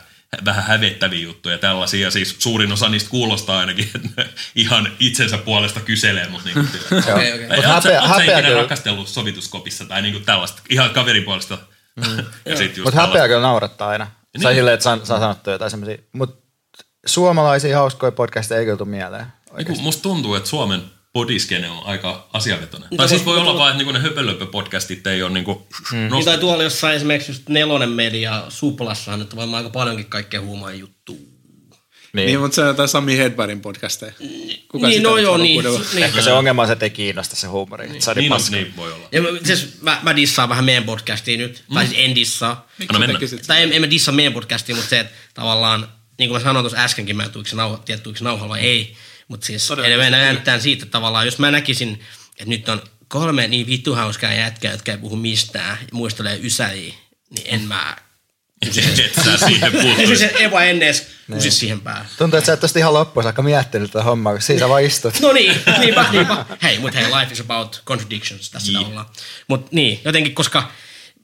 S3: vähän hävettäviä juttuja tällaisia, ja siis suurin osa niistä kuulostaa ainakin, että ne ihan itsensä puolesta kyselee, mutta niin kuin,
S1: Okei, okei.
S2: Mut häpeä, häpeä,
S3: ikinä
S2: kyllä,
S3: rakastellut sovituskopissa tai niinku tällaista, ihan kaverin puolesta. ja sit just
S2: Mm. mut häpeä kyllä naurattaa aina. Niin. Sai silleen, että saa, saa sanottua jotain semmoisia. Mut suomalaisia hauskoja podcasteja ei kyllä tule mieleen.
S3: Niin musta tuntuu, että Suomen podiskene on aika asiavetoinen.
S1: Mitä
S3: Tai siis voi
S1: voisi-
S3: olla vaan, että niinku ne höpölöpö-podcastit ei ole niinku
S2: Mm.
S1: Niin tai
S3: nostettu.
S1: tuolla jossain esimerkiksi just nelonen media Suplassahan nyt on varmaan aika paljonkin kaikkea huumaa juttua.
S2: Niin.
S5: Niin, mutta se on jotain Sami Hedbergin podcasteja. Kuka
S1: niin,
S5: sitä
S1: no
S5: nyt
S1: joo,
S5: haluaa
S1: niin,
S5: kuunnella?
S1: niin.
S2: Ehkä se ongelma on se, että ei kiinnosta se huumori. Niin. Se oli
S3: Niin, on,
S2: paska.
S3: niin voi olla.
S1: Ja mä, siis mä, mä dissaan vähän meidän podcastia nyt, mm. tai siis en dissaa.
S3: Anna mennä.
S5: Tekisit sen?
S1: Tai en, en mä dissaa meidän podcastia, mutta se, että tavallaan, niin kuin mä sanoin tuossa äskenkin, mä en tuiksi nauha, tiedä tuiksi nauha vai ei. Mutta siis
S5: Todennäköisesti
S1: enemmän näyttää siitä että tavallaan, jos mä näkisin, että nyt on kolme niin vittu hauskaa jätkää, jotka ei puhu mistään, ja muistelee ysäjiä, niin en mä...
S2: niin.
S3: Et sä siihen
S1: Ei siis
S3: puuttuisi.
S1: en vaan ennen edes kusi siihen päähän.
S2: Tuntuu, että sä et tosta ihan loppuun saakka miettinyt tätä hommaa, kun siinä vaan istut.
S1: No niin, niinpä, niinpä. Hei, mutta hei, life is about contradictions, tässä yeah. ollaan. Mutta niin, jotenkin, koska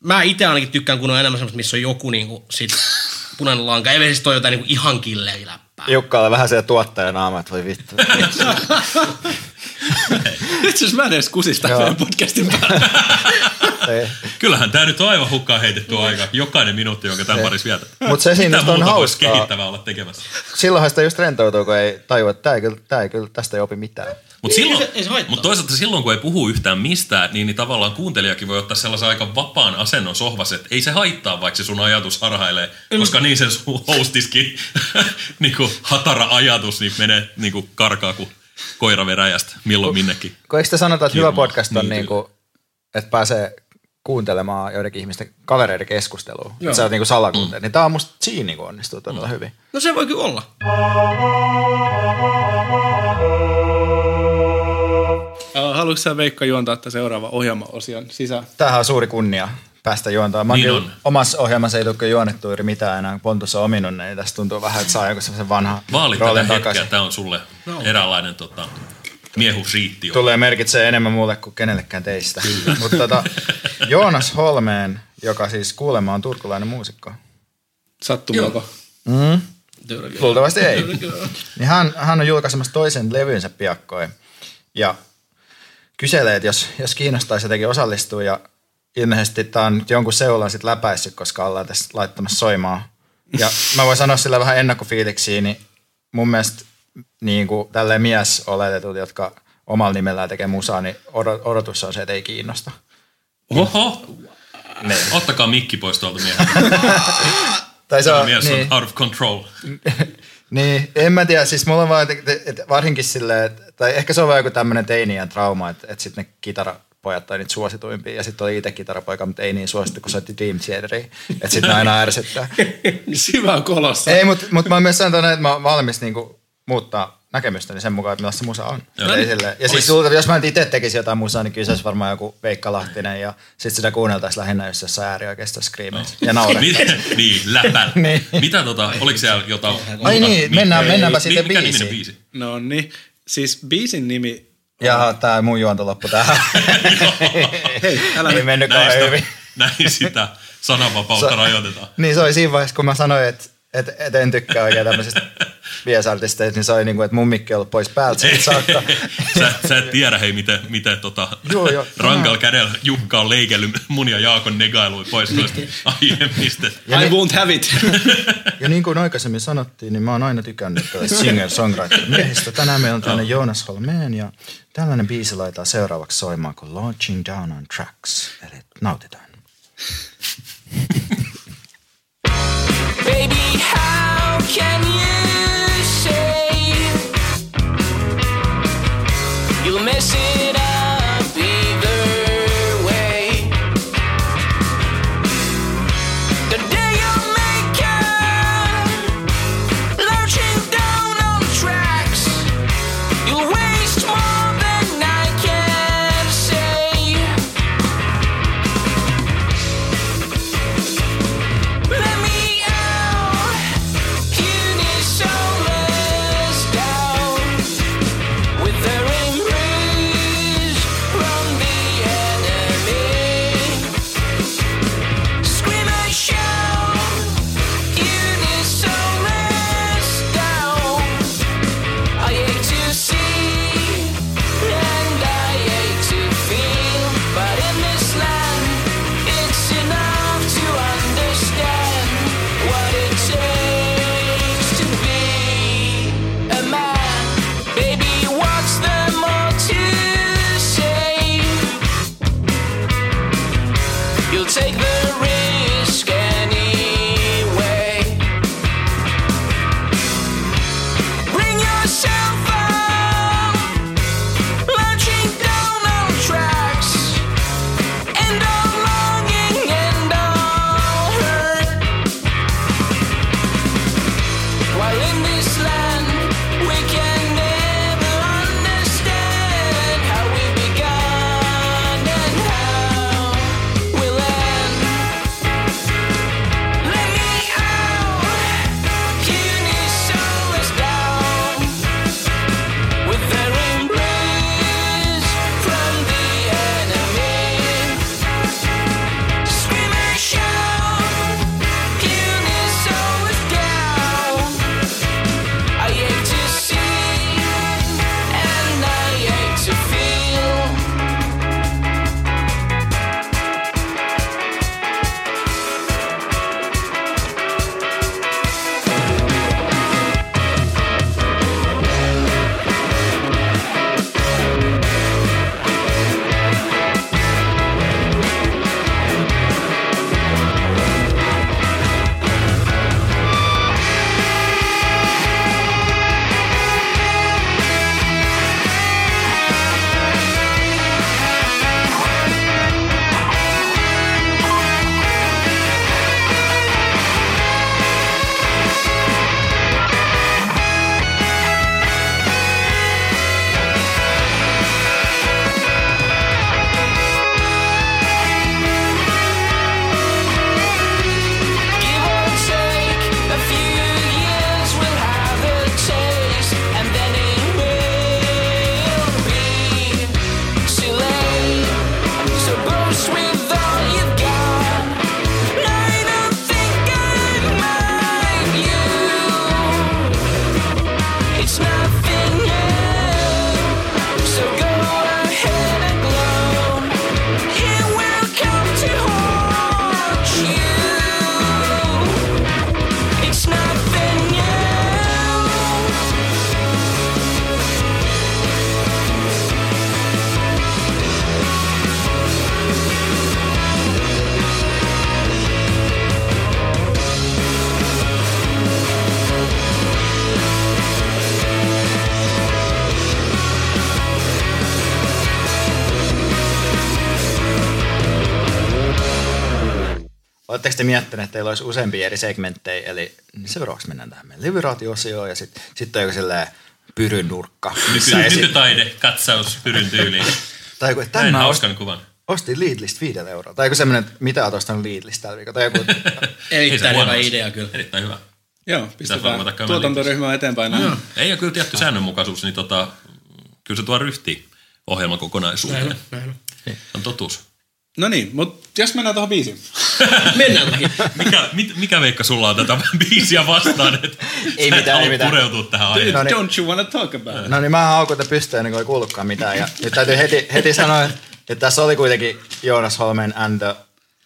S1: mä itse ainakin tykkään, kun on enemmän semmoista, missä on joku niinku sit punainen lanka. Ei siis toi jotain niinku ihan killeä läppää.
S2: Jukka oli vähän siellä tuottajan naama, että voi vittu.
S5: Itse asiassa mä en edes kusista
S2: Joo.
S5: meidän podcastin päälle.
S2: Ei.
S3: Kyllähän tämä nyt on aivan hukkaan heitetty aika. Jokainen minuutti, jonka tämän parissa vietät.
S2: Niin. Mut se siinä
S3: Mitä
S2: just on
S3: muuta voisi
S2: hauskaa.
S3: kehittävää olla tekemässä.
S2: Silloinhan sitä just rentoutuu, kun ei tajua, että tää ei kyllä, tää ei kyllä tästä ei opi mitään.
S3: Mutta
S1: Niin,
S3: silloin,
S1: ei se- ei se haittaa.
S3: mut toisaalta silloin, kun ei puhu yhtään mistään, niin, niin tavallaan kuuntelijakin voi ottaa sellaisen aika vapaan asennon sohvas, että ei se haittaa, vaikka se sun ajatus harhailee, koska niin se sun hostiskin niinku, hatara ajatus niin menee niinku, karkaa kuin koira veräjästä
S2: Oh.
S3: milloin minnekin.
S2: Kun eikö te sanota, että hyvä
S3: Kirma,
S2: podcast on
S3: niin
S2: niin kuin, että pääsee kuuntelemaan joidenkin ihmisten kavereiden keskustelua. Että sä oot niin salakuuntelija. Mm. Niin tää on musta siinä niin onnistuu todella mm. hyvin.
S1: No se voi kyllä olla.
S5: Ö, Haluatko sä Veikka juontaa tämän seuraavan ohjelmaosion sisään?
S2: Tämähän on suuri kunnia päästä juontaan. Mä
S3: Niin
S2: niin
S3: on.
S2: omassa ohjelmassa ei tule juonnettu juuri mitään enää, kun Pontus on ominut, niin tästä tuntuu vähän, että saa joku semmoisen vanhan
S3: Vaali tätä
S2: roolin
S3: hetkeä,
S2: takaisin.
S3: tämä on sulle eräänlainen tota, miehusriitti.
S2: Tulee merkitsee enemmän mulle kuin kenellekään teistä. Mutta tota, Joonas Holmeen, joka siis kuulemma on turkulainen muusikko.
S5: Sattumako?
S2: Luultavasti ei. Niin hän, hän on julkaisemassa toisen levynsä piakkoin. Ja kyselee, että jos, jos kiinnostaisi jotenkin osallistua. Ja ilmeisesti tämä on nyt jonkun seulan sitten läpäissyt, koska ollaan tässä laittamassa soimaan. Ja mä voin sanoa sillä vähän ennakkofiiliksiä, niin mun mielestä niin kuin tälleen mies oletetut, jotka omalla nimellään tekee musaa, niin odo- odotus on se, että ei kiinnosta.
S3: Oho! Niin. Ottakaa mikki pois tuolta mieheltä.
S2: Tai se
S3: Tämä
S2: on,
S3: mies on
S2: niin,
S3: out of control.
S2: Niin, en mä tiedä. Siis mulla on vaan, että- että varsinkin silleen, että- tai ehkä se on vaan joku tämmöinen teiniän trauma, että, että sitten ne kitarapojat on niitä suosituimpia, ja sitten oli itse kitarapoika, mutta ei niin suosittu, kun soitti Dream Theateria, että sitten aina ärsyttää.
S5: Syvää kolossa.
S2: ei, mutta mut mä oon myös sanonut, että mä oon valmis niinku muuttaa näkemystäni sen mukaan, että millaista se musa on.
S3: Joo. No niin.
S2: Ei silleen- Ja
S3: Olis-
S2: siis luultavasti, jos mä nyt itse tekisin jotain musaa, niin kyllä se olisi varmaan joku Veikka Lahtinen, ja sitten sitä kuunneltaisiin lähinnä just jossain äärioikeista skriimeissä. Ja naurettaisiin.
S3: Miten, niin, läpän.
S2: Niin.
S3: Mitä tota, oliko siellä jotain?
S2: Ai niin, mennään,
S3: Mikä-
S2: mennäänpä
S3: mikä
S2: sitten
S3: niminen
S2: biisiin.
S3: biisi?
S5: No niin. Siis biisin nimi...
S2: Jaha, tää mun juonto loppu tähän.
S5: Hei, älä
S2: ei
S5: nyt.
S2: mennyt kauhean
S3: Näistä,
S2: hyvin.
S3: näin sitä sananvapautta
S2: Sa-
S3: rajoitetaan.
S2: Niin se oli siinä vaiheessa, kun mä sanoin, että et, et en tykkää oikein tämmöisistä biesartisteista, niin se oli niin kuin, että mun mikki on ollut pois päältä siitä saakka.
S3: sä, sä et tiedä, hei, miten, miten tota,
S2: Joo, joo.
S3: rankalla kädellä Jukka on leikellyt mun ja Jaakon negailuja pois noista aiemmista.
S5: I won't have it.
S2: Ja niin kuin aikaisemmin sanottiin, niin mä oon aina tykännyt tästä singer-songwriter-miehistä. Tänään meillä on tänne Joonas Holmeen ja tällainen biisi laitetaan seuraavaksi soimaan kuin Launching Down on Tracks. Eli nautitaan.
S7: Baby, how can you say You'll mess it up either way. The day you make it, lurching down on tracks. You'll waste more than I can say. Let me out. Unisolar's down with the embrace from the enemy. Scream and shout. Unisolar's down. I hate to see and I hate to feel, but in this land it's enough to understand what it takes to be a man. Baby, what's there more to say? You'll take the risk anyway. Bring yourself up, launching down on tracks, end all longing, end all hurt. While in this land, we can never understand how we began and how we'll end. Let me out. Unisolar's down with their embrace from the enemy. Scream and shout. Unisolar's down. I hate to see and I hate to feel. Give or take, a few years we'll have a taste, and then it will be too late. So boast with all you've got. I don't think I mind you. It's nothing new, so go ahead and blow. It will come to haunt you. It's nothing new.
S2: Oletteko te miettineet, että teillä olisi useampia eri segmenttejä, eli
S3: Mm.
S2: seuraavaksi mennään tähän meidän liberaatiosioon ja sitten sit on joku silleen pyryn nurkka. missä
S3: Nyky,
S2: esi-
S3: nykytaide, katsaus, pyryn tyyliin.
S2: tai joku, että
S3: Näin
S2: tämä ostin,
S3: hauskan kuvan.
S2: ostin Lidlistä viidellä euroa. Tai joku semmoinen, että mitä olet ostanut Lidlistä tällä viikolla. Tai joku,
S3: Ei se
S1: Erittäin
S3: huono
S1: hyvä
S3: olisi.
S1: idea kyllä.
S3: Erittäin hyvä.
S5: Joo,
S3: formata
S5: pistetään
S3: käymään
S5: tuotantoryhmää eteenpäin. näin.
S3: Ei ole kyllä tietty säännönmukaisuus, niin tota, kyllä se tuo ryhti ohjelmakokonaisuuteen.
S1: Näin on.
S3: Se on totuus.
S5: No niin, mutta jos mennään tuohon biisiin.
S1: Niin. Mennään toki.
S3: Mikä, mit, mikä Veikka sulla on tätä biisiä vastaan, että
S2: Ei
S3: sä et
S2: mitään,
S3: halua
S2: ei mitään.
S3: pureutua tähän
S5: Dude,
S3: aiheeseen?
S2: No niin.
S5: don't you wanna talk about it?
S2: no niin mä haukun, että pystyy ennen kuin ei kuullutkaan mitään. Ja nyt täytyy heti, heti sanoa, että tässä oli kuitenkin Joonas Holmen and the,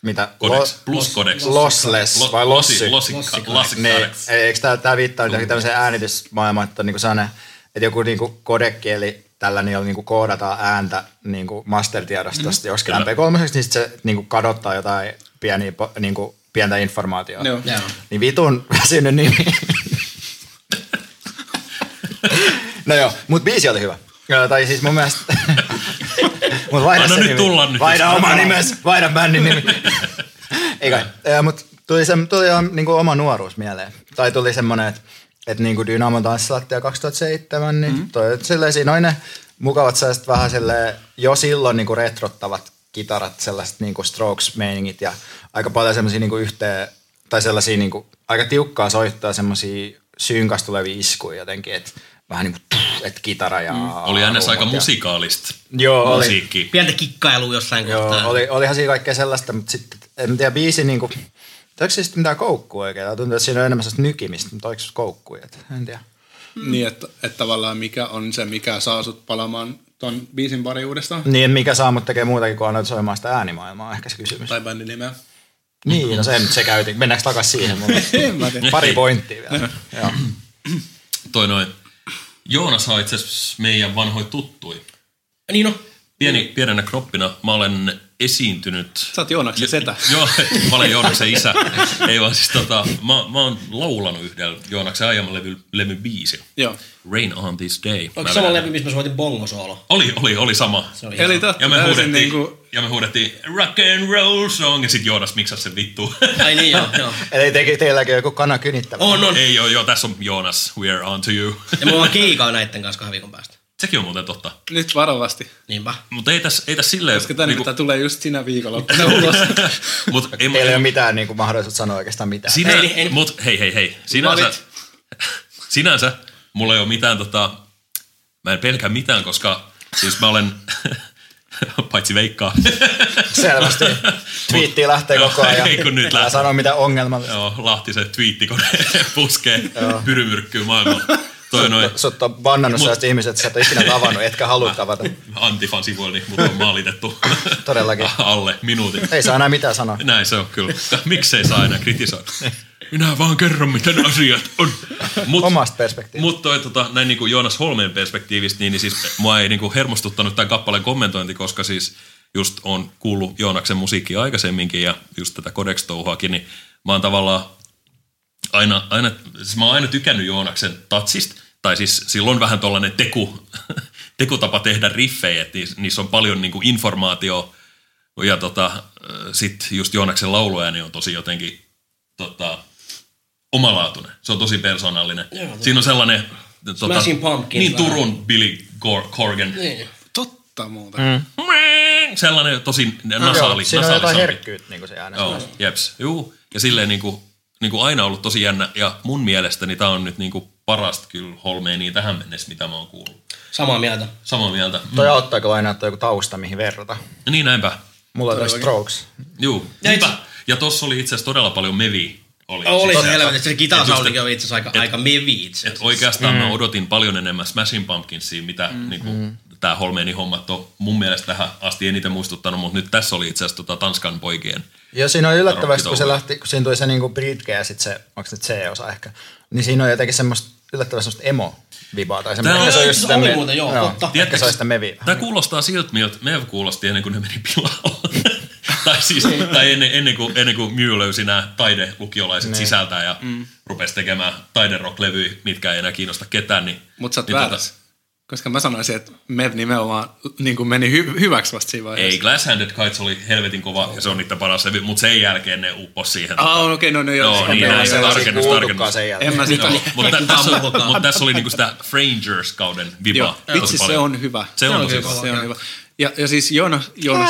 S2: mitä?
S3: Codex,
S2: Lo-
S3: plus Codex.
S2: Lossless
S3: Lo-
S2: vai lossi?
S3: Lossi, lossi, lossi,
S2: Niin,
S3: Codex.
S2: eikö tämä, tämä viittaa johonkin tämmöiseen äänitysmaailmaan, että on niinku sellainen, että joku niinku kodekieli tällä niin niinku koodataan ääntä niinku
S3: Mhm.
S2: mastertiedostosta mm-hmm. joskin MP3, niin sit se niinku kadottaa jotain pieniä, po- niinku, pientä informaatiota.
S5: Joo.
S1: Joo.
S2: Niin vitun väsynyt nimi. no joo, mutta biisi oli hyvä. Joo, tai siis mun mielestä... mut vaihda se
S3: Anna No nyt
S2: nimi.
S3: tulla nyt. siis.
S2: Vaihda oma nimes, vaihda bändin nimi. Ei kai. Mutta tuli, se, tuli ihan niinku oma nuoruus mieleen. Tai tuli semmoinen, että et niinku Dynamo tanssilattia 2007, niin mm-hmm. toi, et silleen siinä oli ne mukavat sellaiset vähän silleen, jo silloin niinku retrottavat kitarat, sellaiset niinku strokes-meiningit ja aika paljon semmoisia niinku yhteen, tai sellaisia niinku, aika tiukkaa soittaa semmoisia syynkas tulevia iskuja jotenkin, että vähän niin kuin, että kitara ja... Mm.
S3: Oli ns. aika musikaalista
S2: Joo, oli.
S3: musiikkia.
S1: Pientä kikkailua jossain kohtaa.
S2: Joo, oli, olihan siinä kaikkea sellaista, mutta sitten, en tiedä, biisi niinku, oliko se sitten mitään koukkua oikein? Tai Tuntuu, että siinä on enemmän sellaista nykimistä, mutta oliko se koukkuja? Et En tiedä.
S5: Niin, että, että tavallaan mikä on se, mikä saa sut palaamaan ton biisin pari
S1: Mm.
S5: uudestaan.
S2: Niin, mikä saa mut tekee muutakin kuin annoit soimaan sitä äänimaailmaa, on ehkä se kysymys.
S5: Tai bändin nimeä.
S2: Niin, no se nyt se käytiin. Mennäänkö takaisin siihen? Mulla
S5: En mä tiedä.
S2: on pari pointtia vielä. Joo.
S3: Toi noin. Joonas on itse asiassa meidän vanhoja tuttui.
S1: Niin no,
S3: Pieni, pienenä kroppina mä olen esiintynyt.
S5: Sä oot Joonaksen setä.
S3: Joo, mä olen Joonaksen isä. Ei vaan siis tota, mä, mä oon laulanut yhdellä Joonaksen aiemman levy, levy biisi.
S5: Joo.
S3: Rain on this day. Mä
S1: onko sama
S3: vedän-
S1: levy, missä mä soitin bongosoolo?
S3: Oli, oli, oli sama.
S1: Se oli
S5: Eli
S1: ihan-
S5: totta,
S3: Ja me,
S5: täysin
S3: huudettiin,
S5: niinku,
S3: ja me huudettiin rock and roll song ja sit Joonas miksas sen vittu.
S1: Ai niin, joo, joo.
S2: Eli teki teilläkin joku kana kynittävä.
S1: On, on.
S3: Ei joo, joo, tässä on Joonas, we are on to you.
S1: Ja mulla on keikaa näitten kanssa kahden viikon päästä.
S3: Sekin on muuten totta.
S5: nyt varovasti,
S1: Niinpä.
S3: Mutta ei tässä ei täs silleen... niinku-
S5: koska tänne
S1: niinku
S5: niin tulee just sinä viikonloppuna ulos.
S3: mut, ei,
S2: Teillä ei
S3: ei-
S2: ole mitään niin kuin, mahdollisuutta sanoa oikeastaan mitään.
S3: Sinä,
S1: Ei, ei.
S3: mut hei, hei, hei. Sinänsä,
S5: Valit.
S3: sinänsä mulla ei ole mitään tota, mä en pelkää mitään, koska siis mä olen, paitsi veikkaa,
S2: Selvästi. Twiitti lähtee koko ajan.
S3: Ei kun nyt
S2: Älä
S3: lähtee.
S2: sano mitä ongelmallista.
S3: joo, Lahti se twiittikone puskee pyrymyrkkyä maailmalla. Toi on noin
S2: Sut on bannannut sellaiset ihmiset, että sä et ole ikinä tavannut, etkä halua tavata.
S3: Antifan sivuilla, niin mut on maalitettu
S2: Todellakin.
S3: alle minuutin.
S2: Ei saa enää mitään sanoa.
S3: Näin se on kyllä. Miksei saa enää kritisoida? Minä vaan kerron, miten asiat on. Mut,
S2: Omasta perspektiivistä.
S3: Mutta toi, tota, näin niin kuin Joonas Holmen perspektiivistä, niin, niin siis mua ei niin kuin hermostuttanut tämän kappaleen kommentointi, koska siis just on kuullut Joonaksen musiikkia aikaisemminkin ja just tätä Codex-touhuakin, niin mä oon tavallaan aina, aina, siis mä oon aina tykännyt Joonaksen tatsista, tai siis sillä on vähän tollainen teku, tekutapa tehdä riffejä, että niissä, niissä on paljon niin kuin informaatio ja tota, sitten just Joonaksen lauluääni on tosi jotenkin tota, omalaatuinen. Se on tosi persoonallinen. Joo, Siinä on sellainen... Tota,
S1: Smashing Pumpkins
S3: Niin,
S1: vähän.
S3: Turun Billy Cor- Corgan.
S1: Niin.
S5: Totta muuta. Mm.
S3: Sellainen tosi nasaali.
S2: Joo, siinä on
S3: nasaali
S2: jotain
S3: soundi.
S2: herkkyyttä niin kuin se äänessä.
S3: Joo, jeps. Juu. Ja silleen niin kuin, niin kuin aina ollut tosi jännä. Ja mun mielestäni tämä on nyt niin kuin parasta kyllä Holmeenia tähän mennessä, mitä mä oon kuullut.
S1: Samaa mieltä.
S3: Samaa mieltä.
S2: Toi auttaa kyllä aina, että on joku tausta, mihin verrata.
S3: Mm. Niin näinpä.
S2: Mulla on toi Strokes.
S3: Juu.
S1: Ja
S3: Niinpä.
S1: itse-
S3: Ja tossa oli itse asiassa todella paljon mevi. Oli,
S1: Oli
S3: sisällä.
S1: helvetti, se
S3: Et
S1: kitarasaulikin
S3: just-
S1: oli itse asiassa aika, aika mevi itse
S3: Et
S1: asiassa.
S3: oikeastaan mm. mä odotin paljon enemmän Smashing Pumpkinsia, mitä mm. niinku, tämä Holmeinin hommat on mun mielestä tähän asti eniten muistuttanut, mutta nyt tässä oli itse asiassa tota Tanskan poikien.
S2: Ja siinä on yllättävästi, kun se
S3: Rockitouhu.
S2: lähti, kun siinä tuli se niinku britkeä ja sit se, onko se nyt C-osa ehkä, niin siinä on jotenkin semmoista yllättävästi semmoista emo-vibaa. Tai semmoista, ehkä
S3: Tää-
S2: se on
S1: Se
S2: just sitä
S1: oli
S2: me-
S1: muuten, joo, totta.
S2: Ehkä se on sitä meviä.
S3: Tämä kuulostaa siltä, miltä Mev kuulosti ennen kuin ne meni pilalle. tai siis, tai ennen, ennen, kuin, ennen kuin Mew löysi nämä taidelukiolaiset ne. sisältä ja mm. rupesi tekemään taiderock-levyjä, mitkä ei enää kiinnosta ketään. Niin,
S5: Mutta sä oot
S3: niin tota-
S5: väärässä. Koska mä sanoisin, että Mev nimenomaan niin kuin meni hy- hyväksi vasta siinä vaiheessa.
S3: Ei, Glass Handed Kites oli helvetin kova ja se on niiden paras levy, mutta sen jälkeen ne upposi siihen.
S5: Ah, oh, okei, okay, no, no joo.
S3: Joo,
S5: Okei,
S3: niin,
S5: joo,
S3: näin,
S5: joo.
S2: Sellaisia
S3: tarkennus,
S2: kuultukaan
S3: tarkennus.
S2: sen jälkeen.
S5: En mä sitä.
S3: Joo, mutta
S1: Ei
S3: tässä,
S1: kukaan muukaan.
S3: mut tässä oli niinku sitä Frangers-kauden vibaa.
S5: Joo,
S3: tosi
S5: vitsi se
S3: paljon.
S5: on hyvä.
S3: Se on tosi
S1: kyllä
S3: kova.
S5: Se on hyvä. Ja, ja siis Joonas, Joonas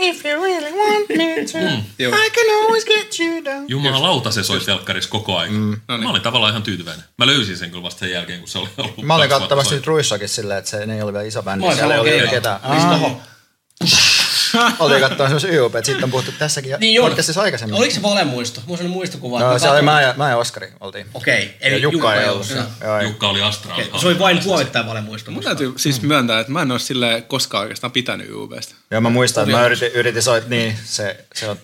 S8: If you really want me to,
S5: joo,
S8: I can always get you down.
S3: Jumalauta se soi telkkarissa koko ajan. Mä olin tavallaan ihan tyytyväinen. Mä löysin sen kyllä vasta sen jälkeen, kun se oli ollut.
S2: Mä olin
S3: kaksi vuotta
S2: katsomassa
S3: soi-
S2: nyt Ruissakin silleen, että se ei ollut vielä iso bändi.
S1: Oi,
S2: siellä ei
S1: se on
S2: ollut vielä
S1: keikalla.
S2: ketään.
S1: Mistä
S2: Aa,
S1: on?
S2: Oltiin katsomassa myös YUP, että siitä on puhuttu tässäkin
S1: Niin on.
S2: podcastissa siis aikaisemmin.
S1: Oliko se valemuisto? Mulla on sellainen muistikuva. että
S2: No,
S1: mä
S2: se oli
S1: katsoin-
S2: mä ja, mä ja Oskari oltiin.
S1: Okei,
S2: Ja
S1: eli
S2: Jukka ei ollut.
S1: Joo.
S2: Joo, ei.
S3: Jukka oli astraali.
S1: Se oli vain puolittain valemuisto.
S5: mun täytyy siis
S1: Mm.
S5: myöntää, että mä en ole sille koskaan oikeastaan pitänyt UVstä.
S2: Joo, mä muistan, että mä yritin, yritin soit, niin se, se on,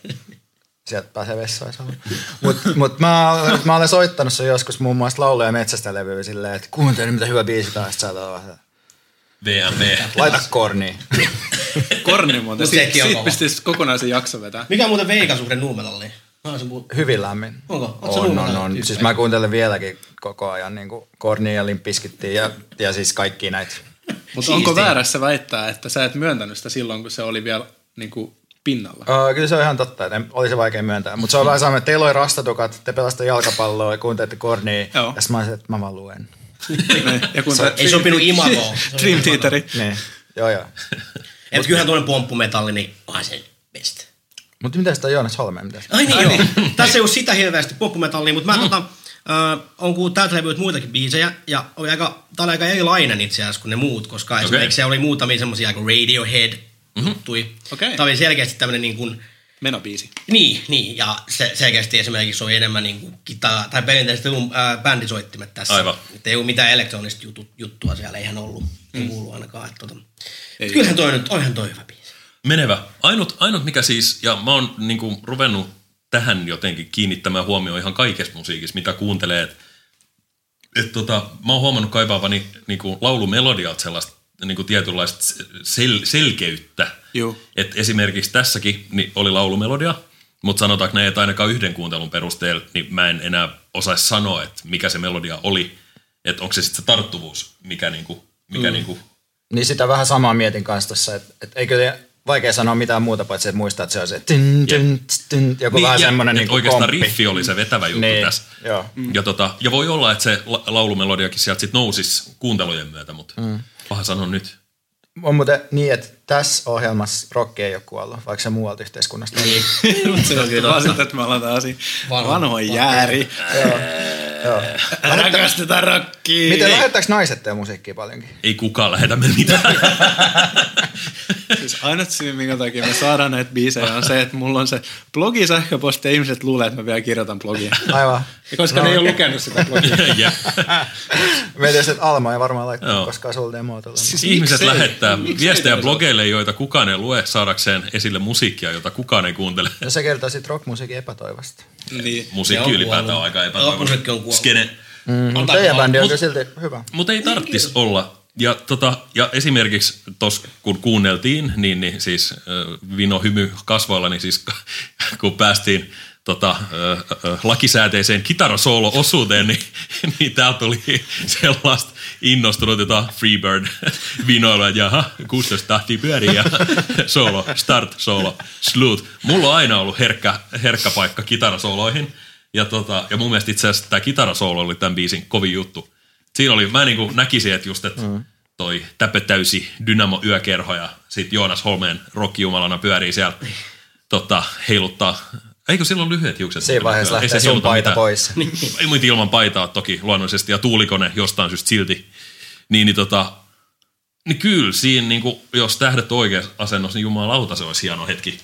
S2: sieltä pääsee vessaan samaan. Mut, mut mä, olen- mä olen soittanut sen joskus muun muassa lauluja metsästä levyä silleen, että kuuntele mitä hyvä biisi taas sä
S3: VMV.
S2: Laita korni.
S5: Korni muuten,
S1: Mut
S5: siitä,
S1: sekin on
S5: siitä
S1: kova.
S5: pistäisi kokonaisen jakson vetää.
S1: Mikä on muuten Veikan suhde Nuumelalle? Mä olisin puhut-
S2: Hyvin lämmin.
S1: Onko? Oot sä
S2: On, on,
S1: nuumelainen
S2: on.
S1: tyyppi?
S2: Siis mä kuuntelen vieläkin koko ajan niin kornia ja limppiskittiä ja, ja siis kaikki näitä
S5: Mutta onko väärässä väittää, että sä et myöntänyt sitä silloin, kun se oli vielä niin kuin, pinnalla?
S2: Uh, kyllä se on ihan totta, että en- oli se vaikea myöntää. Mutta se on vähän sama, että teillä oli rastatukat, te pelasitte jalkapalloa ja kuuntelette kornia.
S5: Joo.
S2: Ja sitten mä olisin, että mä vaan luen.
S5: Niin, ja kun
S2: Se-
S1: Ei sopinut imagoon. Se oli
S5: Dream
S1: imago.
S5: Theateri.
S2: Niin, joo joo.
S1: Mutta kyllähän tuollainen pomppumetalli, niin onhan se best.
S2: Mutta mitä sitä on Joonas Holmeen? Mitäs?
S1: Ai niin, joo. Tässä ei ole sitä hirveästi pomppumetallia, mutta mä mm. tota, äh, on kuullut tältä levyltä muitakin biisejä, ja oli aika, tää oli aika erilainen itse asiassa kuin ne muut, koska okay. esimerkiksi siellä oli muutamia semmoisia kuin Radiohead, juttui.
S5: Okei.
S1: Tämä oli selkeästi tämmöinen niin kuin,
S5: Menobiisi.
S1: niin, niin, ja se, selkeästi esimerkiksi oli enemmän niin kuin kitara, tai perinteiset rum, äh, bändisoittimet tässä.
S3: Aivan.
S1: Että ei ollut mitään elektronista jutu, juttua siellä, eihän ollut, ei kuulu ainakaan. Että, tota. Mut Kyllähän toi nyt, onhan toi hyvä biisi.
S3: Menevä. Ainut, ainut mikä siis, ja mä oon niinku ruvennut tähän jotenkin kiinnittämään huomioon ihan kaikessa musiikissa, mitä kuuntelee. Et, et tota, mä oon huomannut kaivaavani niinku laulumelodiat sellaista niinku tietynlaista sel, selkeyttä.
S5: Juu.
S3: Et esimerkiksi tässäkin niin oli laulumelodia, mutta sanotaanko näin, että ainakaan yhden kuuntelun perusteella, niin mä en enää osaisi sanoa, että mikä se melodia oli. Että onko se sitten se tarttuvuus, mikä, niinku, mikä mm. niinku,
S2: Niin sitä vähän samaa mietin kanssa tuossa, että et eikö te vaikea sanoa mitään muuta, paitsi että muistaa, että se on se tyn, tyn, tyn, joku niin, vähän
S3: ja-
S2: semmoinen
S3: et
S2: niin
S3: oikeastaan
S2: komppi.
S3: riffi oli se vetävä juttu
S2: Niin,
S3: tässä.
S2: joo.
S3: Ja, tota, ja voi olla, että se la- laulumelodiakin sieltä sitten nousisi kuuntelujen myötä, mutta mm. paha sanon nyt.
S2: On muuten niin, että tässä ohjelmassa rokki ei ole kuollut, vaikka se muualta yhteiskunnasta oli.
S3: Niin.
S5: se on vaan sitä, että me ollaan taas vanho, vanho jääri.
S2: Joo.
S3: Niin.
S5: Rakastetaan rockia.
S2: Miten lähettääkö naiset teidän musiikkia paljonkin?
S3: Ei kukaan lähetä me mitään.
S5: Siis ainut syy, minkä takia me saadaan näitä biisejä, on se, että mulla on se blogi sähköposti ja ihmiset luulee, että mä vielä kirjoitan blogia.
S2: Aivan.
S5: Ja koska no, ne ei ole lukenut sitä blogia.
S3: ja,
S2: Mietin, että Alma ei varmaan laittanut
S3: Joo.
S2: koskaan sulle demoa tuolla.
S3: ihmiset
S5: miksei?
S3: lähettää
S5: Miksei
S3: viestejä
S5: toisaalta?
S3: blogeille, joita kukaan ei lue saadakseen esille musiikkia, jota kukaan ei kuuntele.
S2: No se kertoo siitä rockmusiikin epätoivosta.
S5: Niin.
S3: Musiikki
S1: kuollut.
S3: ylipäätään on aika
S1: Rockmusiikki on
S3: epätoivoinen.
S1: kuollut.
S3: Skene.
S2: Mutta Mm-hmm. teidän bändi on
S3: mut-
S2: kyllä silti hyvä.
S3: Mutta ei tarttis olla. Ja, tota, ja esimerkiksi tos, kun kuunneltiin, niin, niin siis äh, vino hymy kasvoilla, niin siis kun päästiin tota, äh, äh, lakisääteiseen kitarasoolo-osuuteen, niin, niin täältä tuli sellaista innostunut jota Freebird vinoilla, että jaha, 16 tahtia pyörii ja solo, start, solo, slut. Mulla on aina ollut herkkä, herkkä paikka kitarasooloihin ja, tota, ja mun mielestä itse asiassa tämä kitarasoolo oli tämän biisin kovin juttu siinä oli, mä niin kuin näkisin, että just, että mm. toi täpötäysi Dynamo yökerho ja sit Joonas Holmeen rockijumalana pyörii siellä tota, heiluttaa. Eikö silloin lyhyet hiukset?
S2: Siinä vaiheessa
S3: Ei
S2: lähtee sun
S3: heiluta
S2: paita
S3: mitään.
S2: pois.
S3: Ei muita ilman paitaa toki luonnollisesti ja tuulikone jostain syystä silti. Niin, niin tota, niin kyllä siinä, niin kuin, jos tähdet on oikeassa asennossa, niin jumalauta se olisi hieno hetki.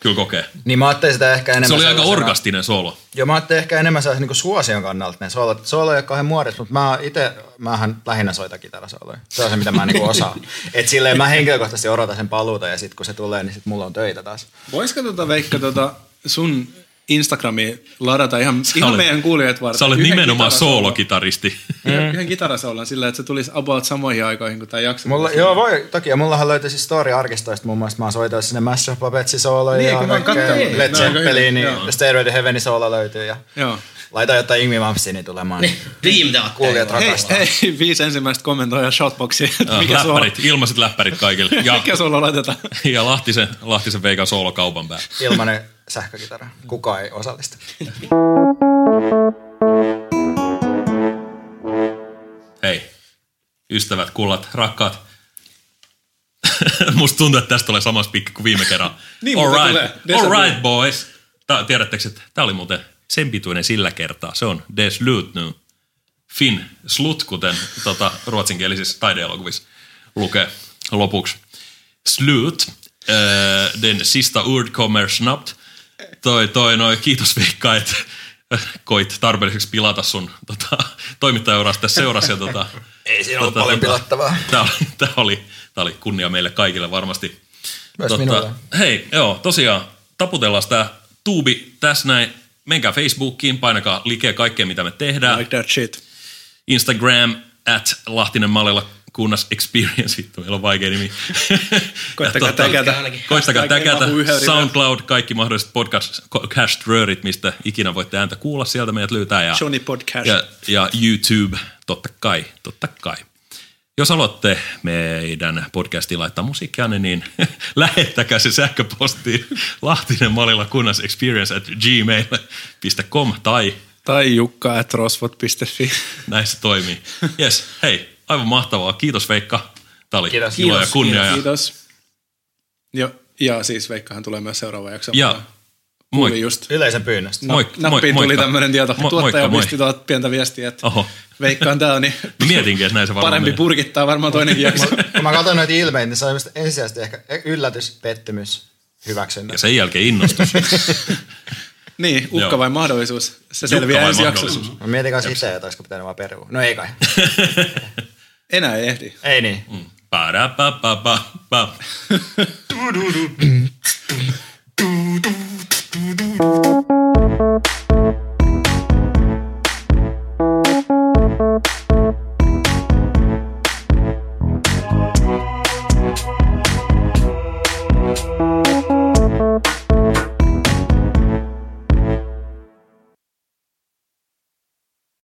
S3: Kyllä kokee.
S2: Niin mä ajattelin sitä ehkä enemmän.
S3: Se oli aika
S2: sellaisena-
S3: orgastinen solo.
S2: Joo, mä ajattelin ehkä enemmän sellaisen niin suosion kannalta ne soolot. Soolo ei ole kauhean muodossa, mutta mä itse, mähän lähinnä soitan kitarasooloja. Se on se, mitä mä niin osaan. Et silleen mä henkilökohtaisesti odotan sen paluuta ja sitten kun se tulee, niin sit mulla on töitä taas.
S5: Voisiko tota Veikka tota sun Instagramiin ladata ihan, ihan
S3: olet-
S5: meidän kuulijat varten.
S3: Sä olet
S5: yhden
S3: nimenomaan
S5: kitarasoulon.
S3: soolokitaristi.
S5: Yhden- Yhden kitarasoulon sillä, että se tulisi about samoihin aikoihin kuin tämä jakso.
S2: Mulla, joo, voi, toki. Ja mullahan löytyi siis story-arkistoista muun muassa. Mä oon soitellut sinne Master of Puppetsin sooloja
S5: Niin,
S2: ja
S5: kun mä oon
S2: kaikkea
S5: kattonut niitä.
S2: Led
S5: Ne on aika
S2: Zeppelin,
S5: hyviä,
S2: niin Stairway to Heavenin soolo löytyy. Ja
S5: Joo.
S2: laita jotain Ingmi Mampsini niin tulemaan. niin
S1: Dream Theater.
S2: Kuulijat rakastaa.
S5: Hei, hei, viisi ensimmäistä kommentoja shotboxiin, että mikä sulla,
S3: Äh, läppärit, ilmaiset läppärit kaikille. Ja
S5: mikä sulla laitetaan.
S3: Ja Lahtisen, Lahtisen veikan soolokaupan päälle.
S2: Ilmanen sähkökitara. Kuka ei osallistu.
S3: Hei, ystävät, kullat, rakkaat. Musta tuntuu, että tästä tulee sama spiikki kuin viime kerran.
S5: Niin,
S3: all
S5: mutta
S3: right,
S5: tulee.
S3: all
S5: Déjà vu.
S3: right boys. Tää, tiedättekö, että tämä oli muuten sen pituinen sillä kertaa. Se on Des Lut nu. Fin Slut, kuten tota, ruotsinkielisissä taideelokuvissa lukee lopuksi. Slut, äh, den sista ord kommer snabbt. Toi, toi, noi, kiitos Veikka, että koit tarpeelliseksi pilata sun tota, toimittajaurasta tässä seurassa. Ja, tota,
S2: Ei siinä ollut paljon pilattavaa.
S3: Tämä oli, tää oli, tää oli kunnia meille kaikille varmasti. Tota,
S2: Myös minulle.
S3: Hei, joo, tosiaan taputellaan sitä tuubi tässä näin. Menkää Facebookiin, painakaa like kaikkea mitä me tehdään.
S5: Like that shit.
S3: Instagram at Lahtinen Mallilla kunnas experience, vittu, meillä on vaikea nimi.
S5: Koittakaa
S3: Ja tota,
S5: tägätä.
S3: Koittakaa
S5: Hashtag
S3: tägätä,
S5: Emma Puiherinen.
S3: SoundCloud, kaikki mahdolliset podcast, cast röörit, mistä ikinä voitte ääntä kuulla, sieltä meidät löytää. Ja,
S5: Johnny Podcast.
S3: ja, ja YouTube, totta kai, totta kai. Jos haluatte meidän podcastiin laittaa musiikkia, niin lähettäkää se sähköpostiin lahtinen malilla kunnas experience at gmail.com tai
S5: Tai jukka at rosvot.fi.
S3: näin se toimii. Yes, hei, aivan mahtavaa. Kiitos Veikka. Tämä oli
S2: Kiitos.
S3: ilo ja
S2: Kiitos,
S3: kunnia. ja-
S5: Kiitos. Jo, ja siis Veikkahan tulee myös seuraava jakso.
S3: Ja moi.
S5: Tuli just.
S2: Yleisen pyynnöstä.
S3: Moi,
S5: Nappiin
S3: moi,
S5: tuli
S3: moikka.
S5: tämmöinen tieto.
S3: Mo-
S5: Tuottaja
S3: moikka, moi.
S5: pisti tuolta pientä viestiä, että
S3: Oho.
S5: Veikka on täällä, niin
S3: Mä mietinkin, että näin se varmaan
S5: parempi
S3: menee.
S5: purkittaa varmaan toinenkin jakso.
S2: Kun mä katson noita ilmeitä, niin se on just ensisijaisesti ehkä yllätys, pettymys, hyväksyntä.
S3: Ja sen jälkeen innostus.
S5: niin, uhka
S3: Joo.
S5: vai mahdollisuus? Se
S3: Jukka
S5: selviää
S3: vai
S5: ensi jaksossa.
S3: mahdollisuus?
S2: Mä mietin kanssa itse, että olisiko pitänyt vaan perua. No ei kai.
S5: Enää ei ehdi.
S2: Ei niin.
S3: Ba-da-ba-ba-ba-ba.